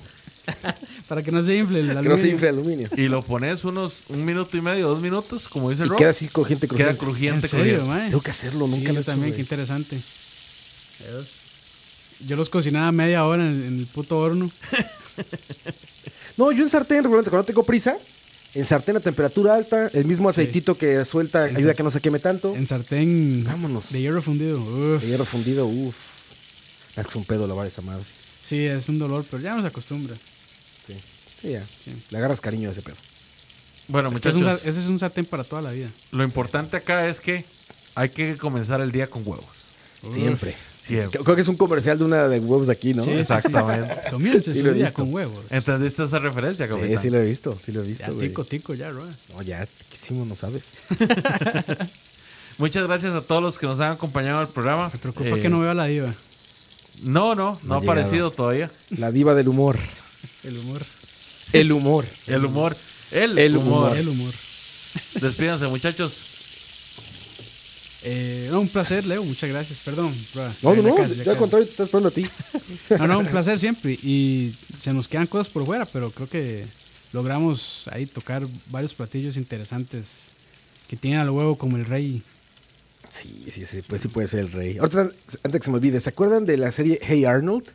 para que no se infle el
Que
aluminio.
no se infle aluminio.
Y lo pones unos un minuto y medio, dos minutos, como
Y
dice el Rob.
queda así crujiente, crujiente.
Queda
¿En
crujiente,
serio,
crujiente.
mae?
Tengo que hacerlo,
Sí,
nunca lo
yo
he hecho,
también,
güey.
qué interesante. Yo los cocinaba media hora en, en el puto horno.
No, yo en sartén, regularmente, cuando no tengo prisa, en sartén a temperatura alta, el mismo aceitito que suelta ayuda a que no se queme tanto.
En sartén
Vámonos.
de hierro fundido. Uf.
El hierro fundido, uff. Es que es un pedo lavar esa madre.
Sí, es un dolor, pero ya nos acostumbra.
Sí. Sí, ya. Le agarras cariño a ese pedo.
Bueno,
Es que es un
muchachos,
sar- ese es un sartén para toda la vida.
lo importante acá es que hay que comenzar el día con huevos.
Siempre.
Siempre.
Creo creo que es un comercial de una de huevos de aquí, ¿no?
Sí, sí, sí.
Exactamente.
Comience
Sí,
su
lo he
día
visto.
con huevos.
¿Entendiste esa referencia, capitán?
Sí, sí lo he visto, sí lo he
ya,
visto, güey.
tico, tico, ya, Roa.
No, ya, tiquísimo, no sabes.
Muchas gracias a todos los que nos han acompañado al programa.
Me preocupa
Eh,
que no veo a la diva.
No, no, no
ha
ha aparecido todavía.
La diva del humor.
El humor.
El humor.
El humor. El,
El
humor.
El humor.
Despídanse, muchachos.
Eh, no, un placer, Leo. Muchas gracias. Perdón, Roa.
No,
Ya-
no,
ya
no.
casi, ya
Yo al
casi.
contrario, te estás esperando a ti.
No, no, un placer siempre. Y se nos quedan cosas por fuera, pero creo que logramos ahí tocar varios platillos interesantes que tienen al huevo como el rey.
Sí, sí, sí, pues sí puede ser el rey. Ahorita, antes que se me olvide, ¿se acuerdan de la serie Hey Arnold?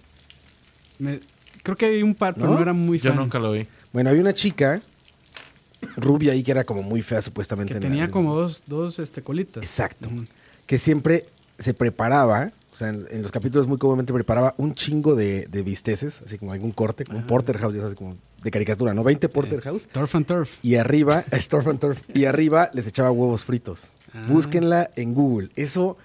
Me- creo que vi un par, pero
¿No?
no, era muy
Yo
fan.
nunca lo vi.
Bueno, había una chica rubia ahí que era como muy fea supuestamente.
que
en la-
tenía como dos, dos este, colitas.
Exacto. Que siempre se preparaba, o sea, en, en los capítulos muy comúnmente preparaba un chingo de, de bisteces, así como algún corte, como un porterhouse, ya sabes, como de caricatura, ¿no? 20 porterhouse.
Turf and Turf.
Y arriba, Storm and Turf, y arriba les echaba huevos fritos.
Ah.
Búsquenla en Google. Eso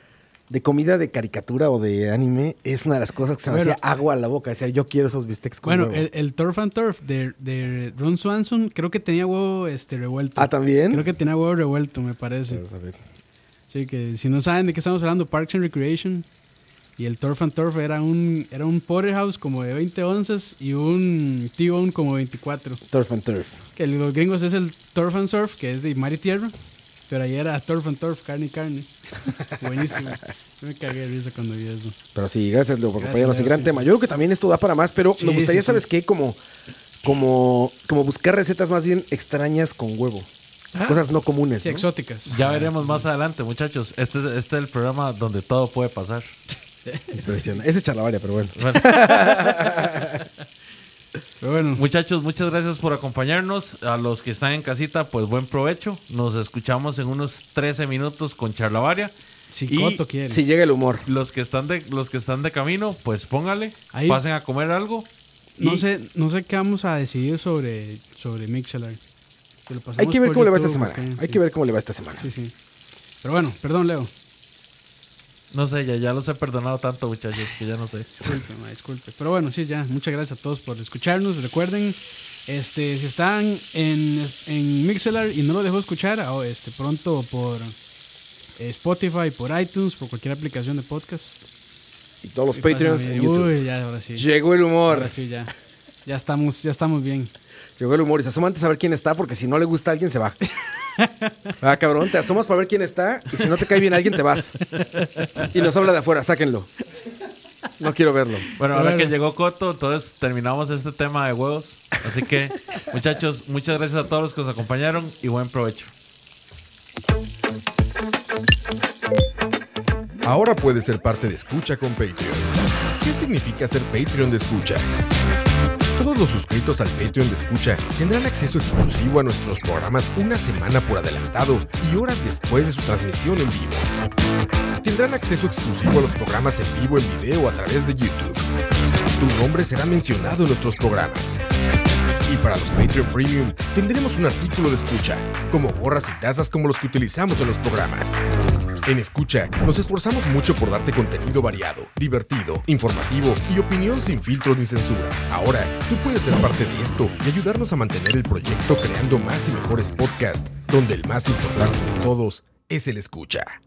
de comida de caricatura o de anime es una de las cosas que se me
Bueno.
hacía agua a la boca. Decía, yo quiero esos bistecs con
Bueno,
huevo".
el, el Turf and Turf de, de Ron Swanson creo que tenía huevo este, revuelto.
Ah, ¿también?
Creo que tenía huevo revuelto, me parece.
Vamos a ver.
Sí, que si no saben de qué estamos hablando, Parks and Recreation y el Turf and Turf era un, era un porterhouse como de 20 onzas y un T-Bone como 24.
Turf and Turf.
Que los gringos es el Turf and Surf, que es de mar y tierra, pero ahí era Turf and Turf, carne y carne. Buenísimo. Yo me cagué de risa cuando vi eso.
Pero sí, gracias Leo por
Gracias,
acompañarnos. Y
Leo,
gran
sí.
tema. Yo creo que también esto da para más, pero
Sí,
me gustaría,
sí, sí.
¿sabes qué? Como, como, como buscar recetas más bien extrañas con huevo. Cosas no comunes.
Ah. Sí,
¿no?
exóticas.
Ya veremos más adelante, muchachos. Este es, este es el programa donde todo puede pasar.
Impresiona. Es de charlavaria, pero bueno.
Bueno,
Pero bueno,
muchachos, muchas gracias por acompañarnos. A los que están en casita, pues buen provecho. Nos escuchamos en unos 13 minutos con Charlavaria.
si
y-
Coto quiere.
Si llega el humor.
Pues
Los que están de, los que están de camino, pues póngale,
Ahí-
pasen a comer algo.
No
y-
sé, no sé qué vamos a decidir sobre, sobre Mixelar. Si lo pasamos
Hay que ver
por
cómo le va esta
YouTube,
semana.
ok,
Hay
sí.
que ver cómo le va esta semana.
Sí, sí. Pero bueno, perdón, Leo.
No sé, ya, ya los he perdonado tanto, muchachos, que ya no sé.
Disculpe, ma, disculpe. Pero bueno, sí, ya. Muchas gracias a todos por escucharnos. Recuerden, este, si están en, en Mixelar y no lo dejó escuchar, ah, este, pronto por eh, Spotify, por iTunes, por cualquier aplicación de podcast.
Y todos los
Y
Patreons
pásenla
en
bien.
YouTube.
Uy, ya, ahora sí.
Llegó el humor.
Ahora sí, ya. Ya estamos, ya estamos bien.
Llegó el humor. Y se asoma antes a ver quién está, porque si no le gusta a alguien, se va. Ah, cabrón, te asomas para ver quién está y si no te cae bien alguien, te vas. Y nos habla de afuera, sáquenlo. No quiero verlo.
Bueno, ahora
Bueno.
que llegó Coto, entonces terminamos este tema de huevos. Así que, muchachos, muchas gracias a todos los que nos acompañaron y buen provecho.
Ahora puedes ser parte de Escucha con Patreon. ¿Qué significa ser Patreon de Escucha? Todos los suscritos al Patreon de Escucha tendrán acceso exclusivo a nuestros programas una semana por adelantado y horas después de su transmisión en vivo. Tendrán acceso exclusivo a los programas en vivo en video a través de YouTube. Tu nombre será mencionado en nuestros programas. Y para los Patreon Premium tendremos un artículo de escucha, como gorras y tazas como los que utilizamos en los programas. Mm. En Escucha, nos esforzamos mucho por darte contenido variado, divertido, informativo y opinión sin filtros ni censura. Ahora, tú puedes ser parte de esto y ayudarnos a mantener el proyecto creando más y mejores podcasts, donde el más importante de todos es el escucha.